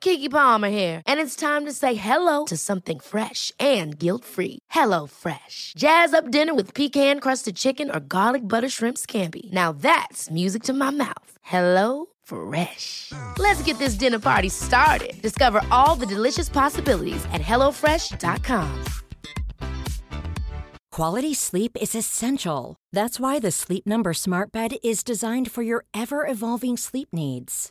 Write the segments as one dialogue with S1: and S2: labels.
S1: Kiki Palmer here, and it's time to say hello to something fresh and guilt-free. Hello Fresh. Jazz up dinner with pecan-crusted chicken or garlic butter shrimp scampi. Now that's music to my mouth. Hello Fresh. Let's get this dinner party started. Discover all the delicious possibilities at hellofresh.com.
S2: Quality sleep is essential. That's why the Sleep Number Smart Bed is designed for your ever evolving sleep needs.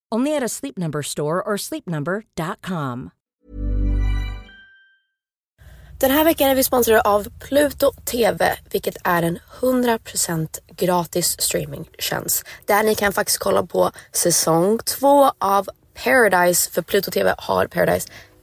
S2: Only at a Sleep Number store or sleepnumber.com.
S3: Den här veckan är vi sponsrade av Pluto TV, vilket är en 100% gratis streamingtjänst. Där ni kan faktiskt kolla på säsong två av Paradise, för Pluto TV har Paradise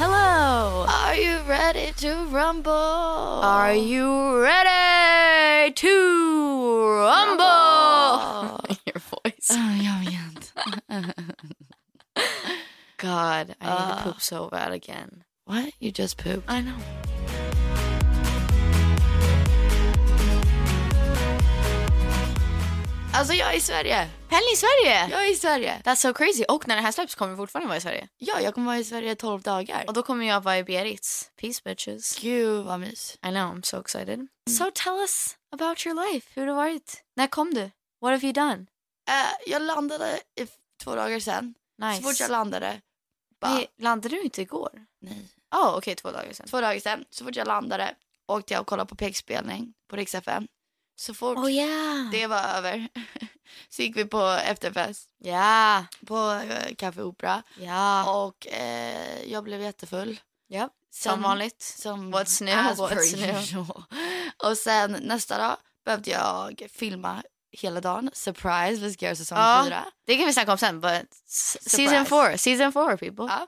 S4: Hello.
S5: Are you ready to rumble?
S4: Are you ready to rumble? Your voice.
S5: Ah, jag vet.
S4: God, I need
S5: Ah.
S4: to poop so bad again.
S5: What? You just pooped?
S4: I know. Alltså jag är i Sverige.
S3: Helg i Sverige!
S4: Jag är i Sverige.
S3: That's so crazy. Och när det här släpps kommer du fortfarande vara i Sverige.
S4: Ja, jag kommer vara i Sverige 12 dagar.
S3: Och då kommer jag vara i Berits. Peace bitches.
S4: Gud vad mys. Mm.
S3: I know, I'm so excited. So tell us about your life. Hur har det varit? När kom du? What have you done?
S4: Eh, jag landade i f- två dagar sen.
S3: Nice.
S4: Så fort jag landade. Bara,
S3: Nej, landade du inte igår?
S4: nej.
S3: Ja, okej, två dagar sedan.
S4: Två dagar sen, så fort jag landade åkte jag och kollade på pekspelning på Rix FM. Så fort
S3: Oh yeah!
S4: det var över så gick vi på efterfest
S3: Ja,
S4: på eh, Café Opera.
S3: ja.
S4: Och eh, jag blev jättefull.
S3: Ja,
S4: Sen-
S3: som vanligt.
S4: Som
S3: What's new,
S4: as
S3: what's
S4: per
S3: new.
S4: usual. Och sen nästa dag behövde jag filma hela dagen. Surprise, vi ska göra säsong
S3: Ja.
S4: fyra.
S3: Det kan vi snacka om sen, but s- season four, season four people.
S4: Ja.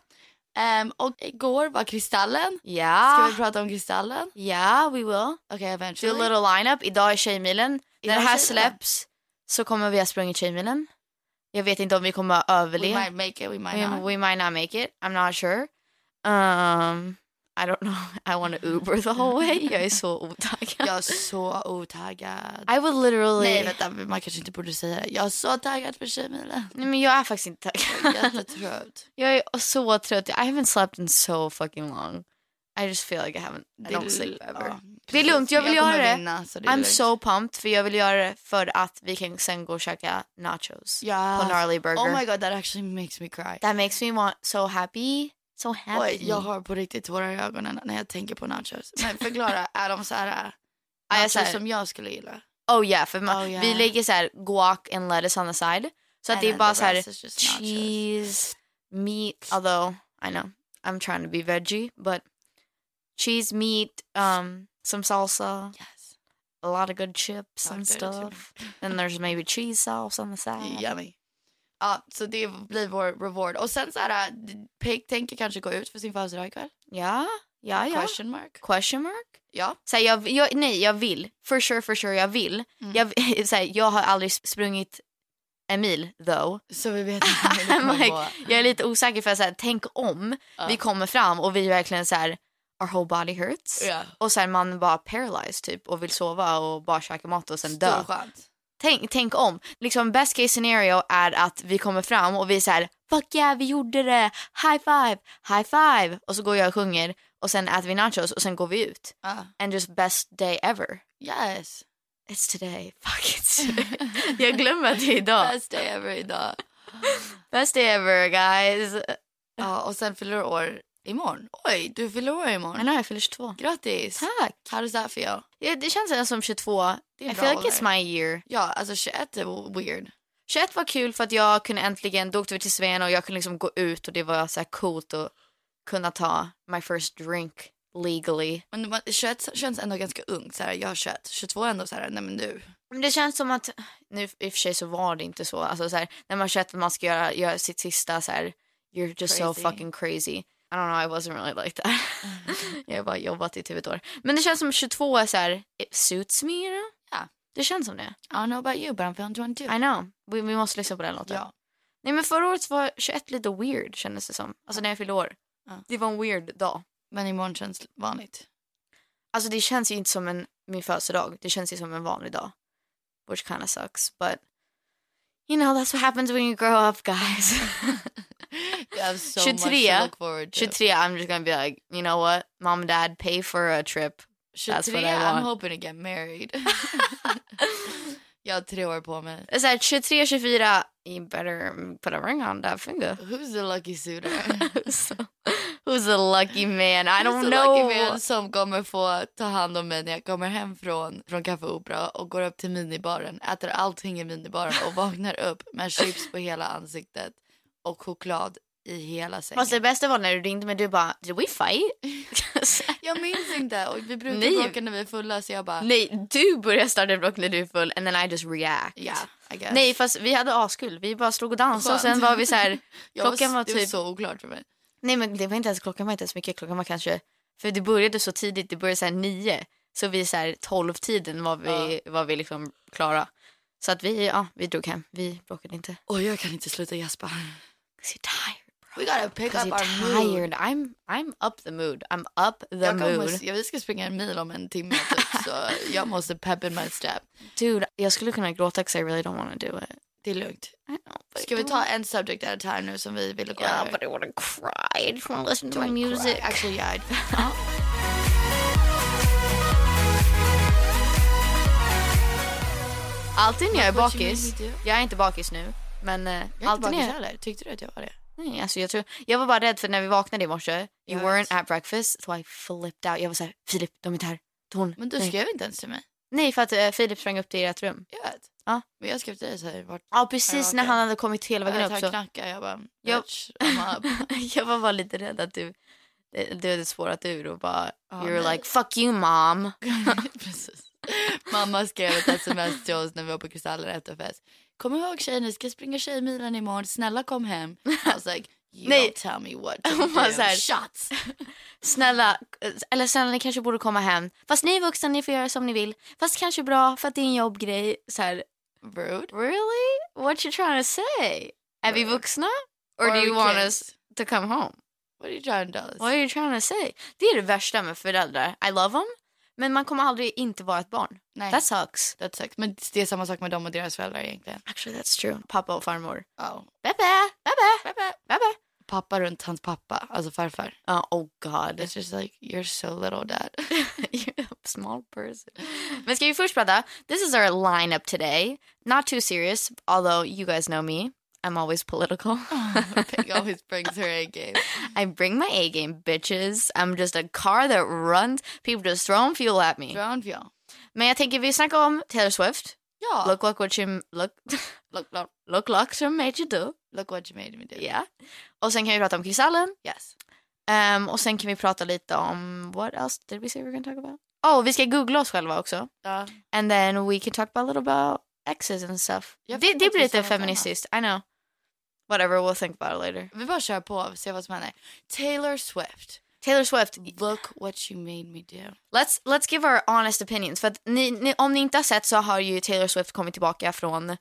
S4: Ehm, och igår var Kristallen.
S1: Ah.
S4: Ska
S3: Ja,
S4: vi prata om Kristallen?
S3: ja, we will.
S4: Okej,
S3: Do a
S4: eventually.
S3: little lineup.
S4: er
S3: Idag är Tjejmilen. När
S4: Idag
S3: det
S4: är
S3: här
S4: Tjejmilen.
S3: släpps så kommer vi ha sprungit Tjejmilen. Jag vet inte om vi kommer
S4: We
S3: överleva.
S4: might make it, we might
S3: We,
S4: not.
S3: we might not make it. I'm not sure. Um,
S4: I don't know. I want to Uber the whole way. Jag är så otaggad.
S6: Jag är så otaggad.
S4: I would literally...
S6: Nej vänta, man kanske inte borde säga det. Jag är så taggad för Tjejmilen.
S4: Nej, men er jag är faktiskt inte
S6: Jag är
S4: taggad.
S6: Jättetrött.
S4: jag är så trött. I haven't slept in so fucking long. I just feel like I haven't... I don't sleep ever.
S6: Ja,
S4: det är lugnt, jag vill
S6: kommer
S4: göra det.
S6: Vinna, så det är
S4: I'm
S6: lugnt.
S4: so pumped för jag vill göra det för att vi kan sen gå och käka nachos
S6: Ja.
S4: på Gnarly Burger.
S6: Oh my god, that actually makes me cry.
S4: That makes me want so happy, so happy.
S6: Oj, jag har på riktigt tårar i ögonen när jag tänker på nachos. Men förklara, är de så här
S4: Ja, jag
S6: nachos
S4: säger-
S6: som jag skulle gilla?
S4: Oh yeah, för man,
S6: Oh, yeah.
S4: vi lägger så här guac and lettuce on the side. Så att
S6: And
S4: det är
S6: then
S4: bara
S6: the
S4: så här
S6: rest is just nachos.
S4: cheese, meat, although I know I'm trying to be veggie, but cheese, meat, um, some salsa,
S6: Yes.
S4: a lot of good chips
S6: Ja,
S4: and
S6: det är det till
S4: stuff. And there's maybe cheese sauce on the side.
S6: Yummy. Ja, så det blir vår reward. Och sen så här, Peg tänker kanske gå ut för sin födelsedag ikväll.
S4: Ja, ja, ja.
S6: Question mark.
S4: Question mark?
S6: Ja.
S4: Så här, jag, jag, nej, jag vill. For sure, for sure, jag vill.
S6: Mm.
S4: Jag, så här, jag har aldrig sprungit en mil, though.
S6: Så vi vet inte hur det
S4: I'm
S6: kommer
S4: like,
S6: gå.
S4: jag är lite osäker för så här, tänk om vi kommer fram och vi verkligen så här, our whole body hurts.
S6: Ja.
S4: Och sen man bara paralyzed typ och vill sova och bara käka mat och sen dö.
S6: Stor chans.
S4: Tänk, tänk om. Liksom best case scenario är att vi kommer fram och vi är så här, fuck yeah vi gjorde det, high five, high five. Och så går jag och sjunger och sen äter vi nachos och sen går vi ut.
S6: Ja.
S4: And just best day ever.
S6: Yes.
S4: It's today. Fuck it's today. jag glömmer att det är idag.
S6: Best day ever idag.
S4: Best day ever guys.
S6: Ja, och sen fyller du år imorgon. Oj, du fyller år imorgon.
S4: Men nu har jag fyllt 22.
S6: Grattis.
S4: Tack.
S6: How does that feel?
S4: Ja, det känns ändå som 22.
S6: Det är en
S4: I
S6: bra
S4: feel like it's
S6: ålder.
S4: my year.
S6: Ja, alltså 21 är weird.
S4: 21 var kul för att jag kunde äntligen, då åkte vi till Sven och jag kunde liksom gå ut och det var så här coolt att kunna ta my first drink legally.
S6: Men man- 21 känns ändå ganska ungt. Så här, jag är 21. 22 är ändå så här, nej men nu.
S4: Men det känns som att, nu i och för sig så var det inte så, alltså så här, när man är 21 man ska göra, göra sitt sista så här, you're just so
S6: Crazy.
S4: fucking crazy. I don't know, I wasn't really like that.
S6: Mm-hmm.
S4: jag har bara jobbat i typ ett år. Men det känns som 22 är så här, it suits me you know?
S6: Ja.
S4: Det känns som det.
S6: I don't know about you, but I'm feeling 22.
S4: I know. Vi, vi måste lyssna på den låten.
S6: Ja.
S4: Nej men förra året var 21 lite weird kändes det som. Alltså när jag fyllde år.
S6: Ja.
S4: Det var en weird dag.
S6: Men imorgon känns vanligt.
S4: Alltså det känns ju inte som en, min födelsedag. Det känns ju som en vanlig dag. Which kind of sucks but you know that's what happens when you grow up guys.
S6: You have so 23. much
S4: 23.
S6: to look forward to.
S4: 23 I'm just gonna be like you know what mom and dad pay for a trip. That's what I
S6: 23, I'm
S4: want.
S6: hoping to get married. jag har tre år på mig.
S4: Så här, 23, 24 you better put a ring on that finger.
S6: Who's the lucky suitor?
S4: so, who's a lucky man? I
S6: Who's
S4: don't
S6: the
S4: know.
S6: lucky man som kommer få ta hand om mig när jag kommer hem från, från Café Opera och går upp till minibaren, äter allting i minibaren och vaknar upp med chips på hela ansiktet och choklad i hela sängen.
S4: Fast det bästa var när du ringde men du bara did we fight?
S6: Jag minns inte och vi brukar
S4: Nej.
S6: bråka när vi är fulla så jag bara,
S4: Nej, du börjar starta en rock när du är full and then I just react.
S6: ja, I guess.
S4: Nej, fast vi hade askul. Vi bara slog och dansade och sen
S6: Skönt.
S4: var vi så här.
S6: Jag var-
S4: klockan var
S6: Det var
S4: typ-
S6: så oklart för mig.
S4: Nej, men det var inte ens klockan var inte ens mycket. Klockan var kanske för det började så tidigt. Det började så här nio. Så vi så här tolv tiden var vi var vi liksom klara. Så att vi ja, vi drog hem. Vi bråkade inte.
S6: Och jag kan inte sluta gäspa.
S4: 'Cause you're tired.
S6: We gotta pick
S4: Because
S6: up our
S4: you're
S6: mood.
S4: tired. I'm I'm up the mood. I'm up the
S6: Jag kommer,
S4: mood.
S6: ja, vi ska springa en mil om en timme typ, så jag måste pep in my step.
S4: Dude, jag skulle kunna gråta 'cause I really don't want to do it.
S6: Det är lugnt.
S4: I know, but
S6: Ska
S4: I
S6: vi
S4: don't-
S6: ta en subject at a time nu som vi ville gå
S4: Yeah,
S6: över?
S4: but I want to cry. I just want to listen to my music.
S6: music. Actually, yeah. I-
S4: Alltid när jag är
S6: What you
S4: bakis.
S6: made me do?
S4: Jag är inte bakis nu. Men eh,
S6: Jag är inte
S4: alltid när
S6: bakis
S4: jag...
S6: heller. Tyckte du att jag var det?
S4: Nej, alltså jag, tror, jag var bara rädd för när vi vaknade i morse. You
S6: Jag vet.
S4: weren't at breakfast. So I flipped out. Jag var så här, Filip, de är inte här. Hon.
S6: Men du
S4: nej.
S6: skrev inte ens till mig.
S4: nej, för att eh, Filip sprang upp till ert rum.
S6: Jag vet.
S4: Ja.
S6: Men jag skrev till dig så här. Vart
S4: Ja, precis
S6: varit
S4: när
S6: där?
S4: han hade kommit hela
S6: jag
S4: vägen
S6: vet,
S4: upp.
S6: han
S4: Så.
S6: knackade. Jag bara,
S4: Jag-
S6: bitch, I'm up.
S4: jag var bara lite rädd att du, eh, du hade spårat ur och bara,
S6: Ja,
S4: you were
S6: nej.
S4: like, fuck you mom.
S6: Precis. Mamma skrev ett sms till oss när vi var på Kristaller efter fest. Kom ihåg tjejer, ni ska springa Tjejmilen imorgon. Snälla kom hem. I was like, you
S4: Nej.
S6: don't tell me what to
S4: Hon var
S6: do.
S4: så här-
S6: Shots.
S4: Snälla, eller snälla ni kanske borde komma hem. Fast ni är vuxna, ni får göra som ni vill. Fast kanske bra för att det är en jobbgrej. Så här,
S6: Rude.
S4: really? What you trying to say? Är vi vuxna?
S6: Or
S4: Or, do
S6: are
S4: you
S6: we
S4: want
S6: kids?
S4: us to come home?
S6: What are you trying to tell
S4: What
S6: us?
S4: are you trying to say? Det är det värsta med föräldrar. I love them, men man kommer aldrig inte vara ett barn.
S6: Nej.
S4: That sucks.
S6: That sucks. Men det är samma sak med dem och deras föräldrar egentligen.
S4: Actually that's true. Oh. Pappa och farmor.
S6: Ja.
S4: Bebe, bebe, bebe, bebe.
S6: Pappa runt hans pappa, alltså farfar.
S4: Ja, oh god.
S6: It's just like, you're so little dad.
S4: You're a small person. Men ska vi först prata? This is our lineup today. Not too serious, although you guys know me. I'm always political.
S6: Peg always brings her A game.
S4: I bring my A game, bitches. I'm just a car that runs. People just throwing fuel at me.
S6: Brown feel.
S4: Men jag tänker vi snackar om Taylor Swift.
S6: Ja.
S4: Look what what you look
S6: look, look,
S4: look like she made you do.
S6: look what you made me do.
S4: Ja. Och sen kan vi prata om Kristallen.
S6: Yes.
S4: Ehm, och sen kan vi prata lite om what else did we say we were gonna talk about? Oh, vi ska googla oss själva också.
S6: Ja.
S4: And then we can talk about a little about exes and stuff.
S6: Jag
S4: Det,
S6: fick
S4: det blir
S6: faktiskt
S4: lite
S6: samma
S4: feministiskt. I know. Whatever, we'll think about it later.
S6: Vi bara kör på och ser vad som händer. Taylor Swift.
S4: Taylor Swift,
S6: Look what you made me do.
S4: let's, let's give our honest opinions. För att ni, ni, om ni inte har sett så har ju Taylor Swift kommit tillbaka från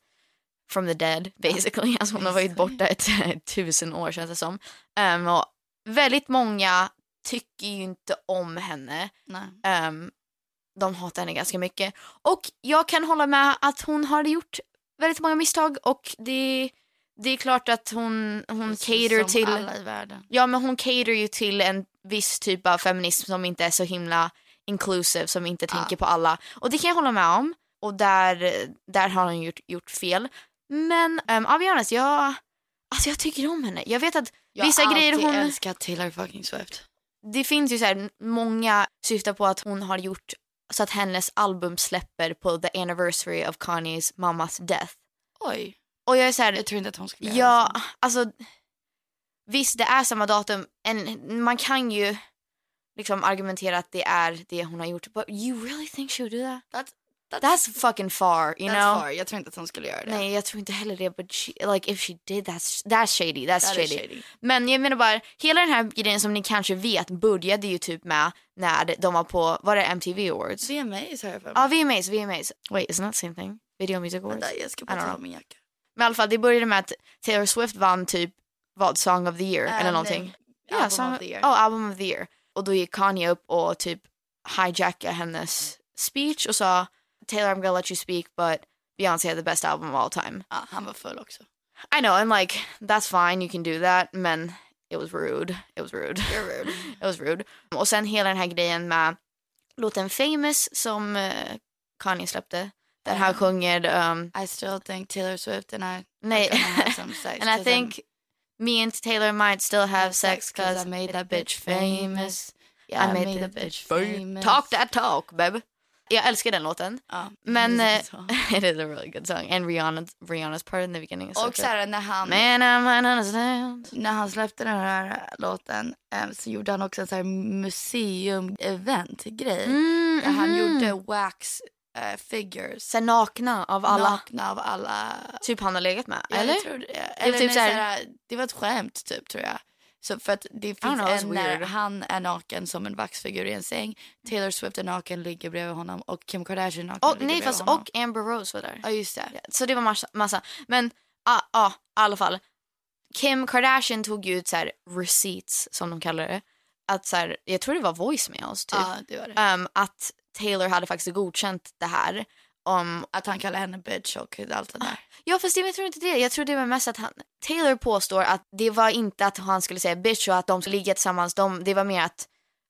S4: from the dead basically. Alltså hon har varit borta ett eh, tusen år känns det som. Ehm, och väldigt många tycker ju inte om henne.
S6: Nej.
S4: Ehm, de hatar henne ganska mycket. Och jag kan hålla med att hon har gjort väldigt många misstag och det, det är klart att hon, hon cater
S6: Som
S4: till...
S6: alla i världen.
S4: Ja, men hon cater ju till en viss typ av feminism som inte är så himla inclusive, som inte tänker på alla. Och det kan jag hålla med om. Och där, där har hon gjort, gjort fel. Men um, I'll be honest, jag, alltså jag tycker om henne. Jag vet att
S6: Jag
S4: vissa
S6: har
S4: grejer
S6: alltid
S4: hon...
S6: älskat Taylor fucking Swift.
S4: Det finns ju så här, många syftar på att hon har gjort så att hennes album släpper på the anniversary of Kanyes mammas death.
S6: Oj.
S4: Och jag är så här,
S6: Jag tror inte att hon skulle göra
S4: Ja,
S6: det.
S4: alltså visst det är samma datum. En, man kan ju liksom argumentera att det är det hon har gjort. But you really think she would do that?
S6: That's, that's,
S4: That's fucking far, you
S6: that's
S4: know?
S6: far. Jag tror inte att hon skulle göra det.
S4: Nej, jag tror inte heller det. But she, like if she did, that's, that's shady. That's
S6: That is
S4: shady.
S6: shady.
S4: Men jag menar bara, hela den här grejen som ni kanske vet började ju typ med när de var på, var det MTV Awards?
S6: VMAs har jag för mig.
S4: Ja, VMAs, VMAs. Wait, isn't that the same thing? Video Music Awards?
S6: Vänta, jag ska
S4: I
S6: bara
S4: don't
S6: ta
S4: know.
S6: av min jacka.
S4: Men i alla fall, det började med att Taylor Swift vann typ vad, Song of the Year eller
S6: Ähm,
S4: någonting.
S6: eh, Album of the year.
S4: Oh, album of the year. Och då gick Kanye upp och typ hijackade hennes speech och sa Taylor I'm gonna let you speak but Beyoncé had the best album of all time.
S6: Ja, han var full också.
S4: I know and like that's fine you can do that men it was rude. It was rude.
S6: rude.
S4: it was rude. Och sen hela den här grejen med låten Famous som eh, Kanye släppte där han sjunger ehm,
S6: I still think Taylor Swift and I
S4: Nej.
S6: are gonna have some sex.
S4: and I
S6: 'cause
S4: think me and Taylor might still have sex
S6: because
S4: because
S6: I made that bitch famous. Yeah, I, made, that bitch famous.
S4: Talk that talk, babe. Jag älskar den låten.
S6: Ja,
S4: Men
S6: det är
S4: eh,
S6: en sån.
S4: it is a really good song. And Rihanna's, Rihanna's part in the beginning is so
S6: Och så
S4: good.
S6: här, när han,
S4: Man, I might understand.
S6: när han släppte den här låten eh, så gjorde han också en så här museum-event-grej.
S4: Mm,
S6: där han
S4: mhm.
S6: gjorde wax eh, figures.
S4: Så här nakna av alla.
S6: Nakna av alla.
S4: Typ han har legat med.
S6: Ja,
S4: eller?
S6: Jag tror, det. eller
S4: typ
S6: nej,
S4: så här-
S6: såhär, det var ett skämt typ tror jag. Så för att det
S4: don't
S6: finns
S4: know, it's
S6: en när
S4: weird.
S6: han är naken som en vaxfigur i en säng. Taylor Swift är naken, ligger bredvid honom och Kim Kardashian är naken,
S4: och,
S6: ligger
S4: nej,
S6: bredvid
S4: fast
S6: honom.
S4: och Amber Rose var där.
S6: Ja just det.
S4: Så det var massa. massa. Men ja, ah, ah, i alla fall. Kim Kardashian tog ju ut så här receipts som de kallar det. Att så här, jag tror det var voicemails typ.
S6: Ja det var det.
S4: Ehm, att Taylor hade faktiskt godkänt det här. Om, Ah,
S6: Att han kallar henne bitch och allt det där.
S4: ja fast det, jag tror inte det. Jag tror det var mest att han, Taylor påstår att det var inte att han skulle säga bitch och att de skulle ligga tillsammans. De, det var mer att,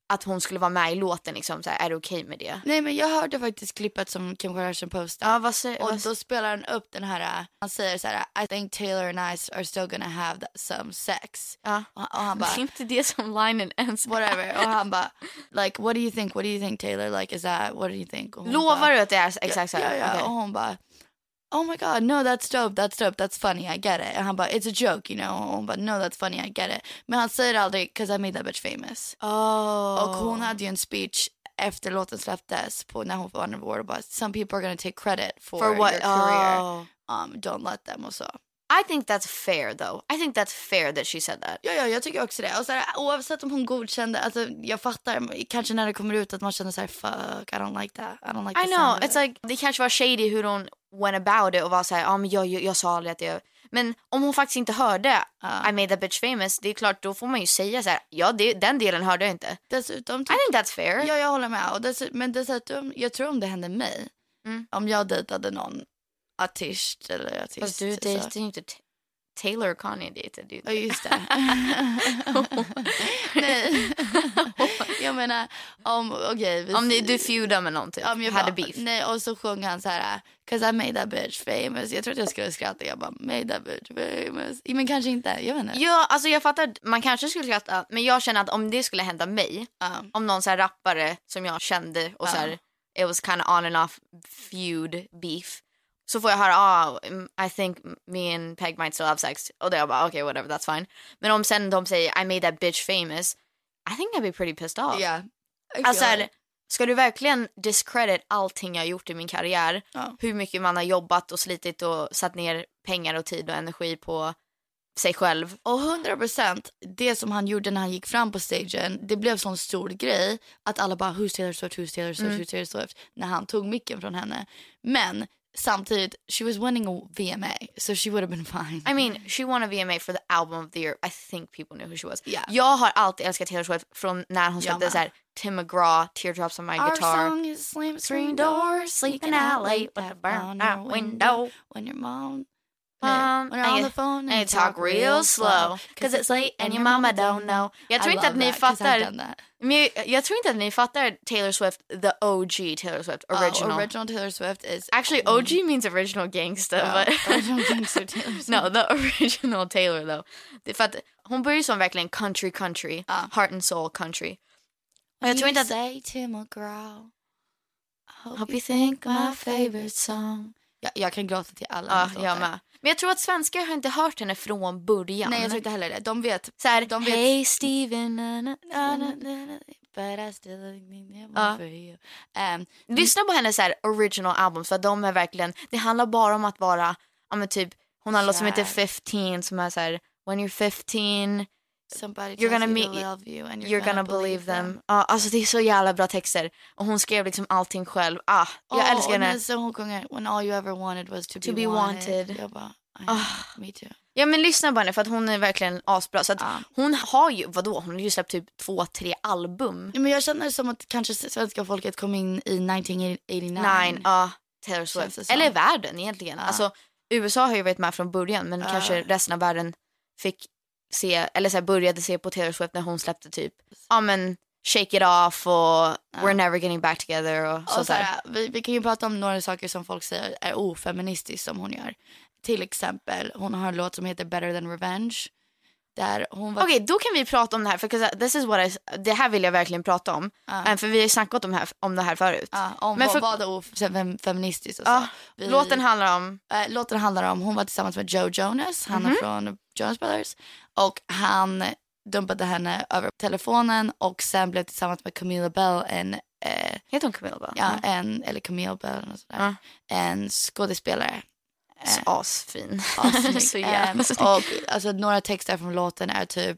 S4: att hon skulle vara med i låten liksom. Så här, är det okej med det?
S6: Nej men jag hörde faktiskt klippet som Kim Kardashian postade.
S4: Ja vad säger
S6: Och
S4: vad-
S6: då spelar han upp den här, äh, han säger så här I think Taylor and I are still gonna have that- some sex.
S4: Ja.
S6: Och, och han
S4: Det är
S6: bara,
S4: inte det som linen ens
S6: whatever. Och han bara, like what do you think, what do you think Taylor, like is that, what do you think? Och hon
S4: Lovar
S6: bara,
S4: du att det är exakt så här?
S6: Ja, ja.
S4: Okej.
S6: Och hon bara, oh my god, no that's dope, that's dope, that's funny, I get it. Och han bara, it's a joke, you know. Och hon bara, no that's funny, I get it. Men han säger aldrig, 'cause I made that bitch famous.
S4: Oh.
S6: Och hon hade ju en speech efter låten släpptes på när hon vann en award och bara some people are gonna take credit for,
S4: For what?
S6: your career.
S4: Oh.
S6: Um, don't let them och så.
S4: I think that's fair though. I think that's fair that she said that.
S6: Ja, ja, jag tycker också det. Och så här, oavsett om hon godkände, alltså jag fattar kanske när det kommer ut att man känner så här fuck I don't like that. I don't like
S4: I
S6: the
S4: know,
S6: sound of
S4: it's
S6: it."
S4: like, det kanske var shady hur hon went about it och var såhär, ja men jag, jag, jag sa aldrig att jag... Men om hon faktiskt inte hörde
S6: Ja.
S4: I made that bitch famous, det är klart då får man ju säga så här, ja det, den delen hörde jag inte.
S6: Dessutom
S4: I think that's fair.
S6: Ja, jag håller med. Och dess, men dessutom, jag tror om det hände mig,
S4: Mm.
S6: om jag dejtade någon artist eller artist. typ
S4: Fast du
S6: så-
S4: dejtade ju inte Ta- Taylor och Kanye dejtade ju inte.
S6: Ja, just det. Nej. jag menar, om, okej. vi-
S4: Om ni, du feudade med någon typ,
S6: om jag
S4: hade
S6: bara,
S4: beef.
S6: Nej, och så sjöng han så här, cause I made that bitch famous. Jag trodde jag skulle skratta. Jag bara, made that bitch famous. Ja, Men kanske inte, jag vet inte.
S4: Ja, alltså jag fattar, att man kanske skulle skratta, men jag känner att om det skulle hända mig,
S6: Ja.
S4: om någon så här rappare som jag kände och så här, it was kind of on and off feud, beef, så får jag höra, ah, mm, I think me and Peg might still have sex. Och då jag bara, okay, whatever, that's fine. Men om sen de säger, I made that bitch famous, I think I'd be pretty pissed off.
S6: Ja.
S4: Alltså, här, ska du verkligen discredit allting jag har gjort i min karriär?
S6: Ja.
S4: Hur mycket man har jobbat och slitit och satt ner pengar och tid och energi på sig själv.
S6: Och 100 procent, det som han gjorde när han gick fram på stagen, det blev sån stor grej att alla bara “Who's Taylor Swift? Who's Taylor Swift?
S4: Mm.
S6: Who's Taylor Swift?” när han tog micken från henne. Men samtidigt, she was winning a VMA, so she would have been fine.
S4: I mean, she won a VMA for the album of the year. I think people knew who she was.
S6: Yeah.
S4: Jag har alltid älskat Taylor Swift från när hon
S6: Jag
S4: släppte
S6: med.
S4: så här, Tim McGraw, Teardrops on my
S6: Our
S4: guitar.
S6: song is slam
S4: Screen door, sleep in alley, but the burn out window.
S6: When your mom...
S4: Um,
S6: when you're on
S4: and-
S6: the phone
S4: and you talk real slow, 'cause it's late and your mama don't know. Jag tror
S6: I
S4: inte att
S6: love
S4: ni
S6: that, 'cause I've
S4: fattar
S6: done that.
S4: Men jag, jag tror inte att ni fattar Taylor Swift, the OG Taylor Swift,
S6: Ja,
S4: original.
S6: Oh, original Taylor Swift is...
S4: Actually, OG means original gangster.
S6: Mm. Ja,
S4: but...
S6: original gangster Taylor Swift.
S4: No, the original Taylor though. Det är för att hon börjar ju som verkligen country country,
S6: Ja.
S4: heart and soul country. Och jag tror inte att...
S6: say Tim McGraw.
S4: Hope you think my favorite song.
S6: Jag, jag kan gråta till alla
S4: Ja,
S6: hennes låtar.
S4: jag med. Men jag tror att svenskar har inte hört henne från början.
S6: Nej, jag tror inte heller det. De vet.
S4: Så här,
S6: de vet.
S4: hey Steven, na, na, na, na.
S6: But I still need
S4: Ja.
S6: one for you. Ehm,
S4: Lyssna på hennes så här original albums för att de är verkligen, det handlar bara om att vara, ja men typ, hon har en låt som heter
S6: Kär.
S4: 15 som är så här, when you're 15
S6: somebody
S4: You're gonna
S6: tells you
S4: meet-
S6: to love you and
S4: you're, gonna, believe them. Ja, alltså det är så jävla bra texter. Och hon skrev liksom allting själv. Ah, jag
S6: Åh,
S4: älskar
S6: och
S4: henne.
S6: när Så hon sjunger When all you ever wanted was to,
S4: To
S6: be,
S4: be
S6: wanted.
S4: wanted.
S6: Jag bara, I know,
S4: Ah.
S6: me too.
S4: Ja men lyssna på henne för att hon är verkligen asbra. Så att
S6: Ja.
S4: hon har ju, vadå, hon har ju släppt typ två, tre album.
S6: Men jag känner som att kanske svenska folket kom in i 1989.
S4: Nine, ja. Taylor
S6: Känns det
S4: Swift.
S6: som.
S4: Eller världen egentligen.
S6: Ja.
S4: Alltså USA har ju varit med från början men
S6: Ja.
S4: kanske resten av världen fick se, eller så här, började se på Taylor Swift när hon släppte typ, ja men Shake It Off och We're Never Getting Back Together och,
S6: Och
S4: sånt
S6: så
S4: där.
S6: här, vi, vi kan ju prata om några saker som folk säger är ofeministiskt som hon gör. Till exempel, hon har en låt som heter Better than Revenge. Där hon var...
S4: Okej, då kan vi prata om det här för 'cause this is what I, det här vill jag verkligen prata om. Eh, För vi har ju snackat om det här, om det här förut.
S6: Ja, om
S4: Men
S6: vad,
S4: för-
S6: vad det är ofeministiskt och så.
S4: Ja,
S6: Vi-
S4: Låten handlar om
S6: Eh, låten handlar om, hon var tillsammans med Joe Jonas, han
S4: Mhm.
S6: är från Jonas Brothers. Och han dumpade henne över telefonen och sen blev tillsammans med Camilla Bell, en, eh,
S4: Heter hon Camilla Mm. Bell?
S6: ja, en eller Camille Bell, något sådär.
S4: Ja.
S6: en skådespelare. eh,
S4: Så Asfin.
S6: Assnygg.
S4: Alltså, så jävla
S6: Ehm,
S4: snygg.
S6: och alltså, några texter från låten är typ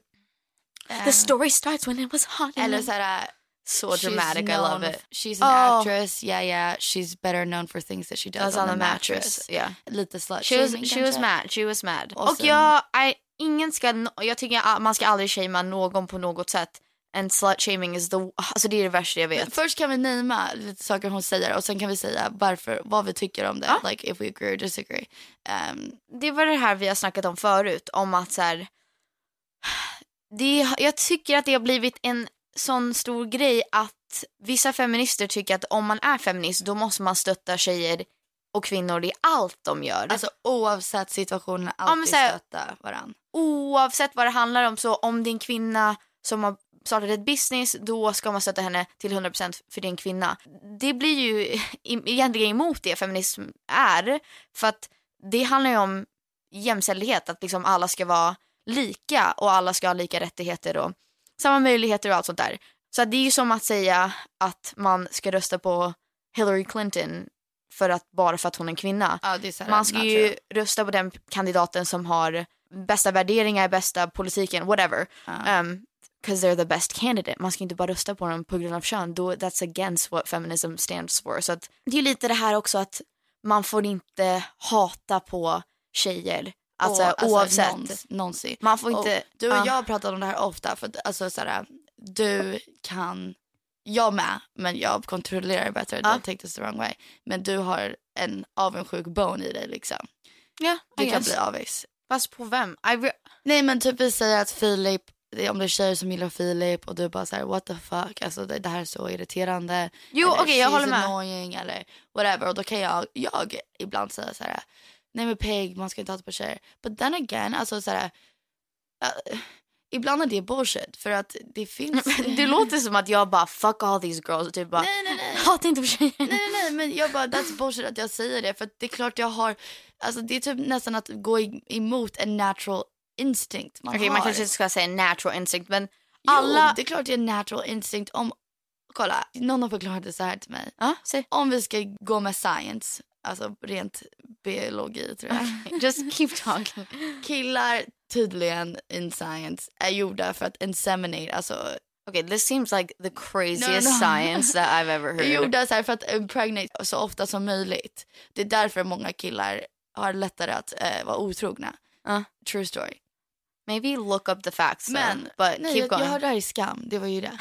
S4: The story starts when it was hot.
S6: eh. Eller så här, äh,
S4: so
S6: she's
S4: Mm. dramatic, I
S6: known-
S4: love it.
S6: She's an
S4: Oh.
S6: actress, yeah yeah. She's better known for things that she does, on, the mattress.
S4: Yeah.
S6: Lite slut
S4: She was,
S6: shaming
S4: she was
S6: kanske.
S4: mad, she was mad.
S6: Och
S4: Och,
S6: sen-
S4: jag, I, ingen ska, nå- jag tycker att man ska aldrig shamea någon på något sätt. And slut shaming is the, alltså det är det värsta jag vet.
S6: Först kan vi namea lite saker hon säger och sen kan vi säga varför, vad vi tycker om det.
S4: Ja.
S6: Like if we agree or disagree. Ehm,
S4: det var det här vi har snackat om förut, om att så här, det, jag tycker att det har blivit en sån stor grej att vissa feminister tycker att om man är feminist då måste man stötta tjejer och kvinnor i allt de gör.
S6: alltså oavsett situationen,
S4: men
S6: alltid
S4: så här-
S6: stötta varandra.
S4: oavsett vad det handlar om så om det är en kvinna som har startat ett business då ska man stötta henne till 100% för det är en kvinna. Det blir ju e- egentligen emot det feminism är för att det handlar ju om jämställdhet att liksom alla ska vara lika och alla ska ha lika rättigheter och samma möjligheter och allt sånt där. Så att det är ju som att säga att man ska rösta på Hillary Clinton för att, bara för att hon är en kvinna.
S6: Ja, det är så här, alltså.
S4: Man ska
S6: not
S4: ju
S6: true.
S4: rösta på den kandidaten som har bästa värderingar, bästa politiken, whatever.
S6: Ja.
S4: Um, Cause they're the best candidate. Man ska inte bara rösta på dem på grund av kön. Då, that's against what feminism stands for. Så att, det är ju lite det här också att man får inte hata på tjejer. Alltså, oavsett.
S6: någons- någonsin.
S4: Man får inte-
S6: Och du och
S4: ja.
S6: jag pratar om det här ofta. För att, alltså, så här, du kan, jag med, men jag kontrollerar det bättre. Don't take this the wrong way. Men du har en avundsjuk bone i dig liksom.
S4: Ja,
S6: Du kan
S4: I guess.
S6: bli avis.
S4: Fast på vem? I re-
S6: Nej men typ vi säger att Filip, det är om det är tjejer som gillar Filip och du bara så här what the fuck, alltså det, det här är så irriterande.
S4: Jo,
S6: Eller,
S4: okej, jag
S6: "She's
S4: håller med."
S6: annoying eller whatever och då kan jag, jag ibland säga så här nej men Peg man ska inte hata på tjejer. But then again, alltså så här eh, ibland är det bullshit för att det finns.
S4: det låter som att jag bara fuck all these girls och typ bara
S6: Nej, nej, nej.
S4: hata inte på tjejer.
S6: Nej, nej, nej, men jag bara, that's bullshit att jag säger det. För att det är klart jag har, alltså det är typ nästan att gå i- emot en natural instinct man
S4: Okej
S6: har.
S4: man kanske inte ska säga natural instinct men
S6: Alla...
S4: alla.
S6: Jo, det är klart det är natural instinct. Om, kolla, någon har förklarat det så här till mig.
S4: Ja, säg.
S6: Om vi ska gå med science, alltså rent biologi tror jag.
S4: Just keep talking.
S6: Killar tydligen in science är gjorda för att inseminate, alltså
S4: Okay, this seems like the craziest
S6: no.
S4: science that I've ever
S6: är
S4: heard.
S6: gjorda så här för att impregnate så ofta som möjligt. Det är därför många killar har lättare att eh, vara otrogna.
S4: Ja.
S6: True story.
S4: Maybe look up the facts.
S6: Men,
S4: Men, but
S6: nej,
S4: keep
S6: jag,
S4: going. Um,
S6: jag hörde det här i Skam, det var ju det.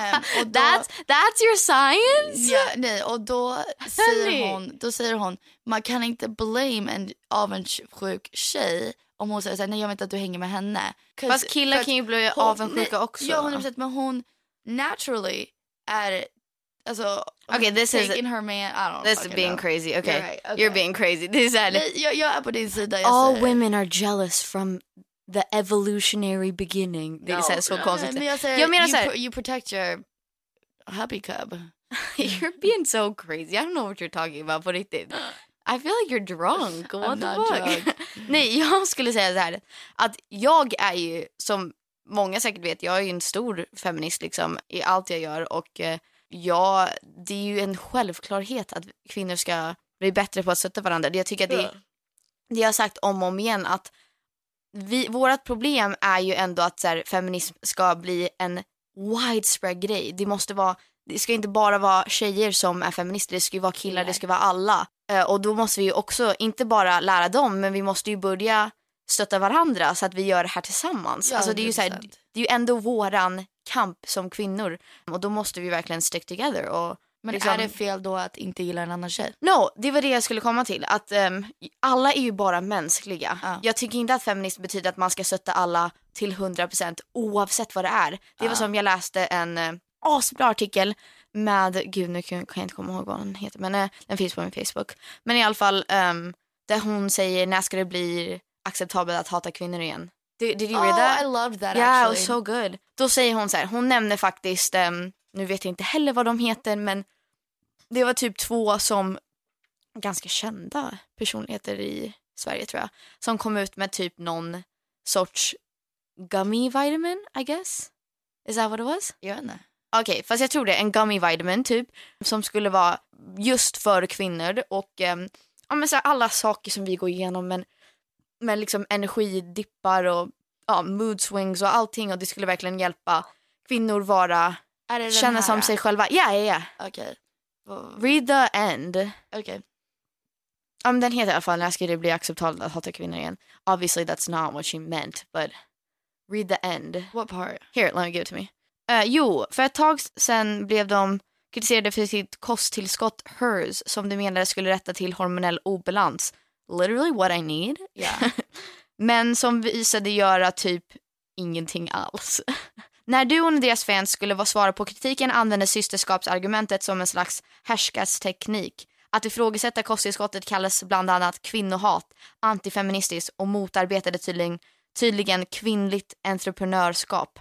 S6: Ehm, och då-
S4: that's that's your science.
S6: Ja, nej, och då säger,
S4: Hörni.
S6: hon, då säger hon, man kan inte blame en avundsjuk tjej om hon säger såhär, nej jag vet inte att du hänger med henne. 'Cause-
S4: Fast killar
S6: för att
S4: kan ju bli
S6: hon-
S4: avundsjuka
S6: nej,
S4: också.
S6: Ja, 100% men hon naturally är, alltså,
S4: Okay, this is-
S6: taking her man, I don't
S4: This is
S6: fucking
S4: being
S6: know.
S4: crazy. Okay.
S6: You're right, okay.
S4: You're being crazy. This is
S6: Nej, jag, jag är på din sida. Jag
S4: All
S6: säger det.
S4: women are jealous from the evolutionary beginning. Det är så, här, så konstigt.
S6: Men jag säger,
S4: jag menar
S6: you,
S4: så här,
S6: pro- you protect your happy cub.
S4: you're being so crazy. I don't know what you're talking about på riktigt. I feel like you're drunk. What
S6: I'm
S4: the
S6: not
S4: fuck?
S6: drunk.
S4: Nej, jag skulle säga så här att jag är ju som många säkert vet, jag är ju en stor feminist liksom i allt jag gör och eh, jag, det är ju en självklarhet att kvinnor ska bli bättre på att stötta varandra. Det Jag tycker att det, det jag har sagt om och om igen att vi, vårat problem är ju ändå att så här, feminism ska bli en widespread grej. Det måste vara, det ska inte bara vara tjejer som är feminister, det ska ju vara killar, det ska vara alla. Eh, Och då måste vi ju också, inte bara lära dem, men vi måste ju börja stötta varandra så att vi gör det här tillsammans.
S6: Ja,
S4: alltså det är ju så här,
S6: 100%.
S4: det är ju ändå våran kamp som kvinnor och då måste vi verkligen stick together. Och
S6: Men
S4: liksom-
S6: är det fel då att inte gilla en annan tjej?
S4: No, det var det jag skulle komma till. Att ehm, alla är ju bara mänskliga.
S6: Ja.
S4: Jag tycker inte att feminism betyder att man ska stötta alla till 100% oavsett vad det är. Det var som jag läste en uh, asbra artikel med, gud nu kan kan jag inte komma ihåg vad den heter, men eh, den finns på min Facebook. Men i alla fall, ehm, där hon säger när ska det bli acceptabelt att hata kvinnor igen? Did, did you read that?
S6: Oh, I loved that
S4: yeah, it
S6: actually.
S4: was so good. Då säger hon så här, hon nämner faktiskt, ehm, nu vet jag inte heller vad de heter, men det var typ två som ganska kända personligheter i Sverige tror jag, som kom ut med typ någon sorts gummy vitamin, I guess? Is that what it was?
S6: Jag vet inte.
S4: Okej, fast jag tror det. En gummy vitamin typ. Som skulle vara just för kvinnor. Och ehm, ja, men så här, alla saker som vi går igenom. Men, men liksom energidippar och ja, mood swings och allting. Och det skulle verkligen hjälpa kvinnor vara,
S6: Är det den
S4: känna
S6: här?
S4: som sig själva. Ja, ja, ja.
S6: Okej. Va-
S4: Read the end.
S6: Okej.
S4: Ja, men den heter i alla fall När ska det bli acceptabelt att hata kvinnor igen? Obviously that's not what she meant, but read the end.
S6: What part?
S4: Here, let me give it to me. Eh, jo, för ett tag sen blev de kritiserade för sitt kosttillskott HERS som de menade skulle rätta till hormonell obalans. Literally what I need.
S6: Yeah.
S4: Men som visade göra typ ingenting alls. När duon och deras fans skulle vara svara på kritiken använde systerskapsargumentet som en slags härskarteknik. Att ifrågasätta kosttillskottet kallas bland annat kvinnohat, antifeministiskt och motarbetade tydligen, tydligen kvinnligt entreprenörskap.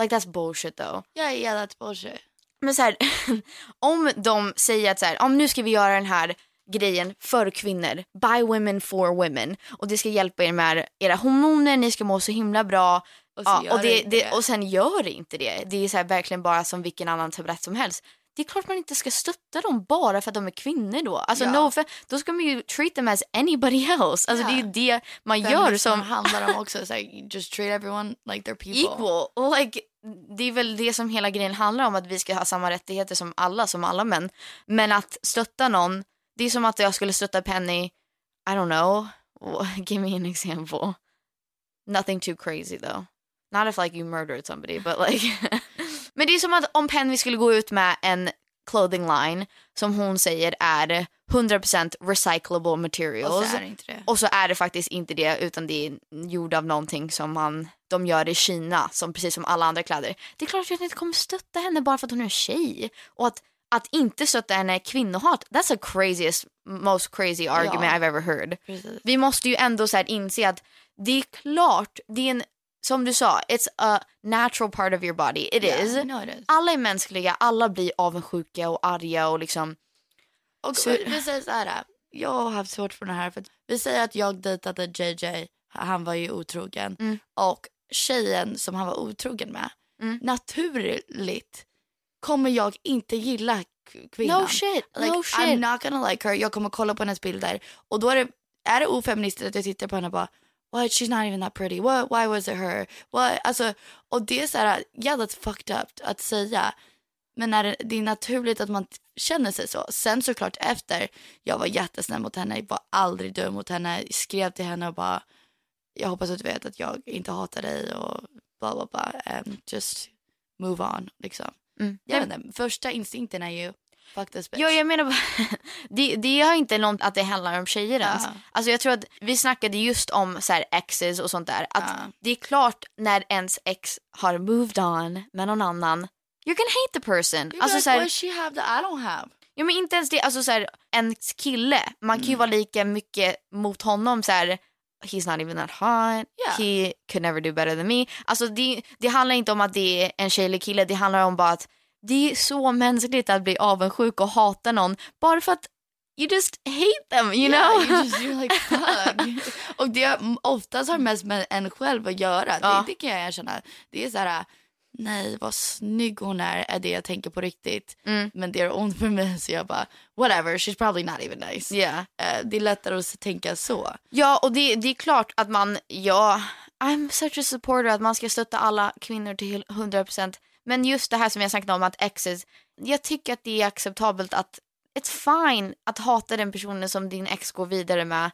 S4: Like that's bullshit though.
S6: Yeah, yeah, that's bullshit.
S4: Men så här, om de säger att så här, om nu ska vi göra den här grejen för kvinnor, by women for women och det ska hjälpa er med era hormoner, ni ska må så himla bra
S6: Och så
S4: ja,
S6: gör
S4: och,
S6: det
S4: det,
S6: inte
S4: det,
S6: det.
S4: och sen gör det inte det. Det är så här, verkligen bara som vilken annan tablett som helst. Det är klart man inte ska stötta dem bara för att de är kvinnor då. Alltså
S6: Ja.
S4: no, för då ska man ju treat them as anybody else. Alltså det är ju det man gör
S6: Feminism
S4: som
S6: handlar om liksom också, it's like, you just treat everyone like they're people.
S4: equal. Och like, det är väl det som hela grejen handlar om, att vi ska ha samma rättigheter som alla, som alla män. Men att stötta någon, det är som att jag skulle stötta Penny, I don't know, Wha- give me an example. Nothing too crazy though. Not if like you murdered somebody, but like. Men det är som att om Penny skulle gå ut med en clothing line som hon säger är 100% recyclable materials.
S6: Och så är det inte det.
S4: Och så är det faktiskt inte det utan det är gjord av någonting som man, de gör i Kina som precis som alla andra kläder. Det är klart att jag inte kommer stötta henne bara för att hon är en tjej. Och att, att inte stötta henne är kvinnohat. That's the craziest, most crazy argument I've ever heard.
S6: Precis.
S4: Vi måste ju ändå så här inse att det är klart, det är en, som du sa, it's a natural part of your body. It
S6: Yeah,
S4: is.
S6: I know it is.
S4: Alla är mänskliga, alla blir avundsjuka och arga och liksom,
S6: Och
S4: Så-
S6: vi säger så här, jag har haft svårt för det här. För att vi säger att jag dejtade JJ, han var ju otrogen.
S4: Mm.
S6: Och tjejen som han var otrogen med, naturligt kommer jag inte gilla k- kvinnan.
S4: No shit,
S6: like,
S4: no shit.
S6: I'm not gonna like her. Jag kommer kolla på hennes bilder. Och då är det, är det ofeministiskt att jag tittar på henne och bara What, she's not even that pretty. What, why was it her? What? Alltså, och det är så här, yeah that's fucked up att säga. Men när det, det är naturligt att man känner sig så. Sen såklart efter, jag var jättesnäll mot henne, var aldrig dum mot henne, skrev till henne och bara, jag hoppas att du vet att jag inte hatar dig och bla bla bla. Um, just move on liksom. Jag vet inte, första instinkten är ju fuck this bitch.
S4: Ja, Mm. jag menar bara, det, det har inte något att det handlar om tjejer ens.
S6: Ja.
S4: Alltså jag tror att vi snackade just om så här exes och sånt där. Att det är klart när ens ex har moved on med någon annan, you're gonna hate the person.
S6: You're
S4: Alltså
S6: like,
S4: så här,
S6: what she have that I don't have?
S4: ja, men inte ens det, alltså så här, en kille, man
S6: Mm.
S4: kan ju vara lika mycket mot honom så här He's not even that hot.
S6: Ja.
S4: He could never do better than me. Alltså det, det handlar inte om att det är en tjej eller kille. Det handlar om bara att det är så mänskligt att bli avundsjuk och hata någon bara för att you just hate them, you
S6: Yeah,
S4: know?
S6: you just, you're like fuck. och det oftast har mest med en själv att göra.
S4: Ja.
S6: Det, det kan jag erkänna. Det är så här, nej vad snygg hon är, är det jag tänker på riktigt.
S4: Mm.
S6: Men det är ont för mig så jag bara, whatever, she's probably not even nice.
S4: Yeah.
S6: Eh, det är lättare att tänka så.
S4: Ja, och det, det är klart att man, ja, I'm such a supporter att man ska stötta alla kvinnor till 100%. Men just det här som jag snackade om att exes, jag tycker att det är acceptabelt att, it's fine att hata den personen som din ex går vidare med.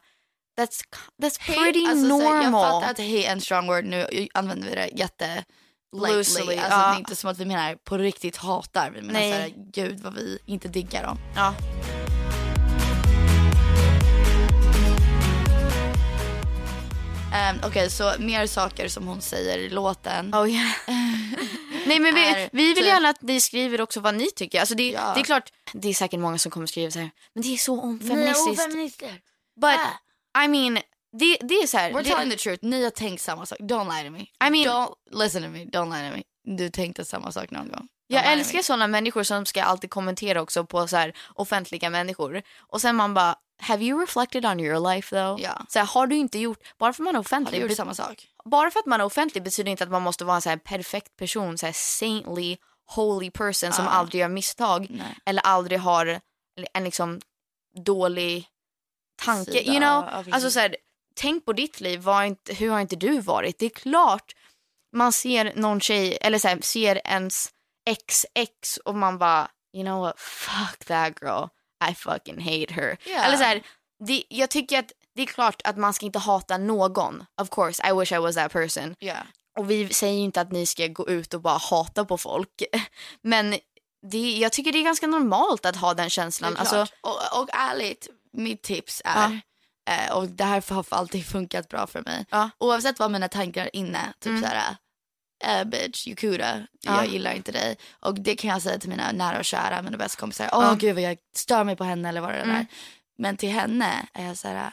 S4: That's, that's
S6: Hate,
S4: pretty
S6: alltså, så här,
S4: normal.
S6: jag fattar att hate är en strong word, nu använder vi det jätte lightly.
S4: Loosely,
S6: alltså, Det
S4: ja.
S6: är inte som att vi menar på riktigt hatar, vi menar
S4: Nej.
S6: så här, gud vad vi inte diggar dem.
S4: ja.
S6: Um, Okej, så mer saker som hon säger i låten.
S4: Oh, yeah. Nej men vi,
S6: är
S4: vi vill
S6: typ-
S4: gärna att ni skriver också vad ni tycker. Alltså det,
S6: Ja.
S4: det är klart, det är säkert många som kommer skriva så här, men det är så
S6: Ni är
S4: ofeministiskt.
S6: ofeminister.
S4: But I mean, det, det är så här.
S6: We're
S4: det-
S6: telling the truth. Ni har tänkt samma sak. Don't lie to me.
S4: I mean-
S6: don't listen to me. Don't lie to me. Du tänkte samma sak någon gång. Don't lie
S4: Jag
S6: to
S4: älskar
S6: me.
S4: sådana människor som ska alltid kommentera också på så här offentliga människor. Och sen man bara, have you reflected on your life though?
S6: Ja.
S4: Så här, har du inte gjort, bara för, man är
S6: Har du
S4: offentlig,
S6: gjort samma sak?
S4: bara för att man är offentlig betyder inte att man måste vara en så här perfekt person, så här saintly, holy person som aldrig gör misstag
S6: Ah. Nej.
S4: eller aldrig har en liksom dålig tanke.
S6: Sida,
S4: you
S6: ja,
S4: know?
S6: precis.
S4: Alltså så här, tänk på ditt liv, var inte, hur har inte du varit? Det är klart man ser någon tjej, eller så här, ser ens ex ex och man bara, you know what, fuck that girl, I fucking hate her.
S6: Ja.
S4: Eller så här, det, jag tycker att det är klart att man ska inte hata någon. Of course, I wish I was that person.
S6: Ja.
S4: Och vi säger ju inte att ni ska gå ut och bara hata på folk. Men det, jag tycker det är ganska normalt att ha den känslan.
S6: Det är
S4: Alltså,
S6: klart. och, och ärligt, mitt tips är, eh, och det här har alltid funkat bra för mig,
S4: Ja. Mm.
S6: oavsett vad mina tankar är inne, typ så här, eh, bitch, you kuda, jag gillar inte dig. Och det kan jag säga till mina nära och kära, mina bästa kompisar, åh gud vad jag stör mig på henne eller vad det
S4: Mm.
S6: där. Men till henne är jag så här,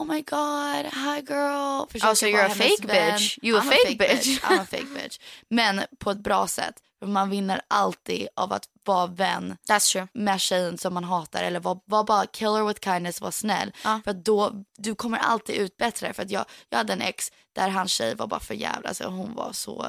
S6: Oh my god, hi girl. Försöker
S4: so
S6: vara
S4: Alltså, you're a
S6: hennes
S4: fake bitch. You a
S6: I'm
S4: fake bitch.
S6: I'm a fake bitch. Men på ett bra sätt. För man vinner alltid av att vara vän
S4: that's true.
S6: med tjejen som man hatar eller var, var bara killer with kindness, var snäll. För att då, du kommer alltid ut bättre. För att jag, jag hade en ex där hans tjej var bara för jävla, så hon var så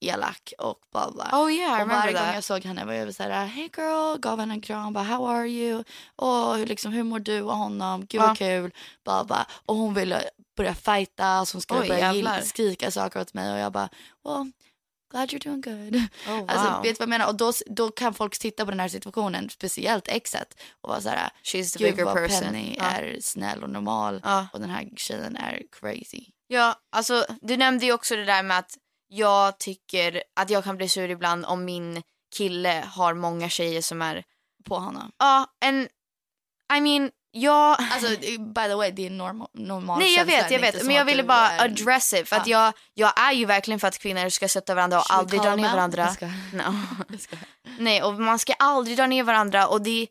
S6: elak och bla bla.
S4: Oh yeah, I
S6: och
S4: remember
S6: varje
S4: that.
S6: gång jag såg henne var jag så här, hey girl, gav henne en kram, bara how are you? Och hur, liksom, hur mår du och honom? Gud vad
S4: Ja.
S6: kul. Bla bla. Och hon ville börja fightas, hon skulle
S4: Oj,
S6: börja
S4: jävlar.
S6: gill- skrika saker åt mig och jag bara, well, glad you're doing good.
S4: Oh, wow.
S6: Alltså, vet du vad jag menar? Och då, då kan folk titta på den här situationen, speciellt exet, och vara så här,
S4: She's the
S6: gud
S4: bigger
S6: vad
S4: person.
S6: Penny
S4: Ja.
S6: är snäll och normal
S4: Ja.
S6: och den här tjejen är crazy.
S4: Ja, alltså du nämnde ju också det där med att jag tycker att jag kan bli sur ibland om min kille har många tjejer som är,
S6: På honom.
S4: ja, en, I mean, jag,
S6: Alltså by the way, det är normal, normal
S4: nej jag
S6: känsla,
S4: vet,
S6: det är
S4: jag
S6: inte
S4: vet,
S6: så
S4: men jag
S6: att
S4: ville
S6: du
S4: bara
S6: är en-
S4: address it för att
S6: Ja.
S4: jag, jag är ju verkligen för att kvinnor ska stötta varandra och
S6: Should we
S4: aldrig
S6: call
S4: dra ner
S6: him out?
S4: varandra.
S6: Jag skojar.
S4: No.
S6: Jag skojar.
S4: Nej, och man ska aldrig dra ner varandra. Och det,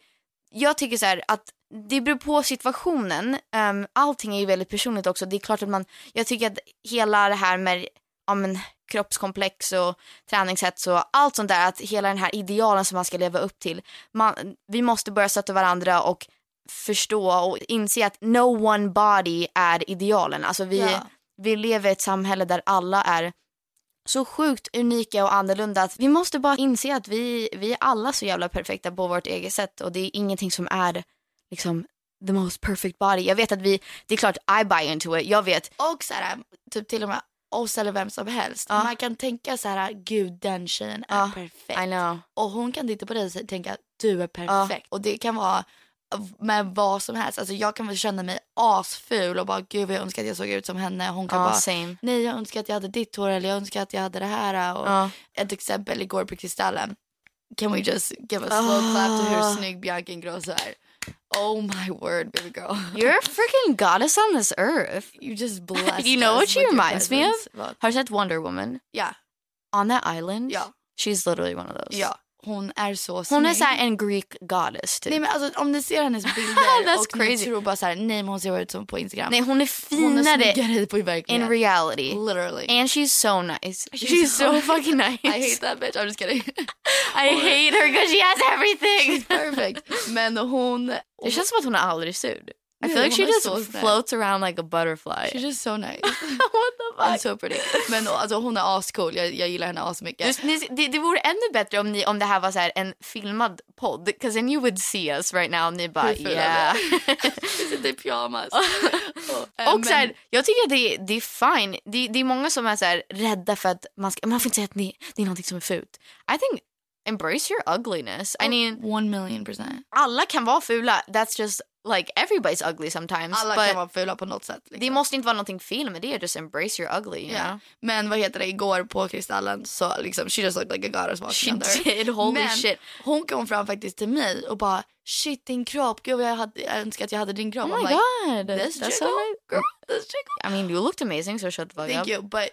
S4: jag tycker så här att det beror på situationen. Um, allting är ju väldigt personligt också. Det är klart att man, jag tycker att hela det här med ja, men, kroppskomplex och träningshets och allt sånt där, att hela den här idealen som man ska leva upp till. Man, vi måste börja stötta varandra och förstå och inse att no one body är idealen. Alltså vi,
S6: Ja.
S4: vi lever i ett samhälle där alla är så sjukt unika och annorlunda att vi måste bara inse att vi, vi är alla så jävla perfekta på vårt eget sätt och det är ingenting som är liksom the most perfect body. Jag vet att vi, det är klart I buy into it, jag vet.
S6: Och så här, typ till och med oss eller vem som helst. Man kan tänka så här, gud den tjejen är
S4: Ja,
S6: perfekt.
S4: I know.
S6: Och hon kan titta på dig och tänka, du är perfekt. Och det kan vara med vad som helst. Alltså jag kan väl känna mig asful och bara, gud vad jag önskar att jag såg ut som henne. Hon kan
S4: Ja,
S6: bara,
S4: same.
S6: nej jag önskar att jag hade ditt hår eller jag önskar att jag hade det här. Och
S4: Ja.
S6: Ett exempel igår på Kristallen. Can we just give a slow
S4: Ah.
S6: clap to hur snygg Bianca Ingrosso är? Oh my word baby girl.
S4: You're a freaking goddess on this earth.
S6: You just blessed
S4: you know what
S6: us
S4: she
S6: with your
S4: reminds me of?
S6: presence. Vad?
S4: Har du sett Wonder Woman?
S6: Ja,
S4: On that island?
S6: Ja.
S4: She's literally one of those.
S6: ja. Hon är så snygg.
S4: Hon är såhär en Greek goddess typ.
S6: Nej men alltså om ni ser hennes bilder
S4: That's
S6: och ni
S4: crazy.
S6: tror bara såhär, nej men hon ser ut som på Instagram.
S4: Nej, hon är
S6: hon är
S4: finare
S6: snyggare på i
S4: in
S6: verkligheten.
S4: reality.
S6: Literally.
S4: And she's so nice. She's, so fucking nice.
S6: I hate that bitch, I'm just kidding.
S4: I hate her because she has everything.
S6: Perfect. Men hon,
S4: Det känns som att hon är aldrig sur. I
S6: Nej,
S4: feel like she
S6: hon är
S4: just
S6: så snäll.
S4: floats around like a butterfly.
S6: she's just so nice.
S4: What the
S6: I'm
S4: fuck?
S6: so pretty. Men alltså hon är ascool, jag, jag gillar henne asmycket.
S4: Just, ni, det, det vore ännu bättre om, ni, om det här var så här en filmad podd. Because then you would see us right now. Ni bara
S6: Hur ful jag
S4: yeah.
S6: är. Vi sitter i pyjamas. Och, eh,
S4: Och så här, jag tycker att det, det är fine. Det, det är många som är så här rädda för att man, ska, man får inte säga att ni, det är någonting som är fult. I think embrace your ugliness. I mean,
S6: One million percent.
S4: alla kan vara fula. That's just like everybody's ugly sometimes.
S6: Alla
S4: but
S6: kan vara fula på något sätt. liksom.
S4: Det måste inte vara någonting fel med det. Just embrace your ugly. You
S6: Ja.
S4: know?
S6: Men vad heter det, igår på Kristallen så liksom she just looked like a goddess
S4: She
S6: walking under.
S4: did, holy
S6: Men
S4: shit.
S6: hon kom fram faktiskt till mig och bara shit din kropp, gud vad jag, hade, jag önskar att jag hade din kropp. I'm
S4: Oh my
S6: like,
S4: god.
S6: This
S4: That's
S6: chick
S4: so nice.
S6: girl, this chick
S4: I mean you looked amazing so shut the fuck
S6: Thank
S4: up.
S6: you. But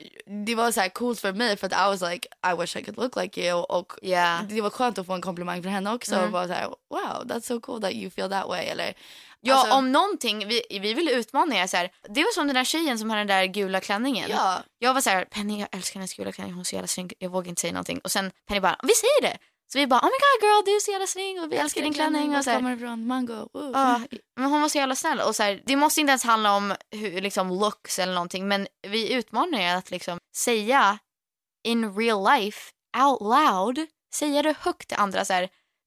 S6: det var så här coolt för mig för att I was like I wish I could look like you och
S4: Yeah. Mm.
S6: det var skönt att få en komplimang från henne också och bara så här wow that's so cool that you feel that way eller
S4: Ja
S6: alltså,
S4: om någonting, vi, vi ville utmana er så här. Det var som den där tjejen som hade den där gula klänningen.
S6: Ja.
S4: Jag var så här, Penny jag älskar hennes gula klänning, hon är så jävla snygg, jag vågar inte säga någonting. Och sen Penny bara, vi säger det. Så vi bara, oh my god girl du är så jävla snygg och vi älskar din klänning. Och så
S6: Var
S4: här, Ah,
S6: kommer det ifrån? Mango? Woo.
S4: Ja, men hon var så jävla snäll. Och så här, det måste inte ens handla om hur, liksom, looks eller någonting. Men vi utmanar er att liksom, säga in real life, out loud, säga det högt till andra. Så här,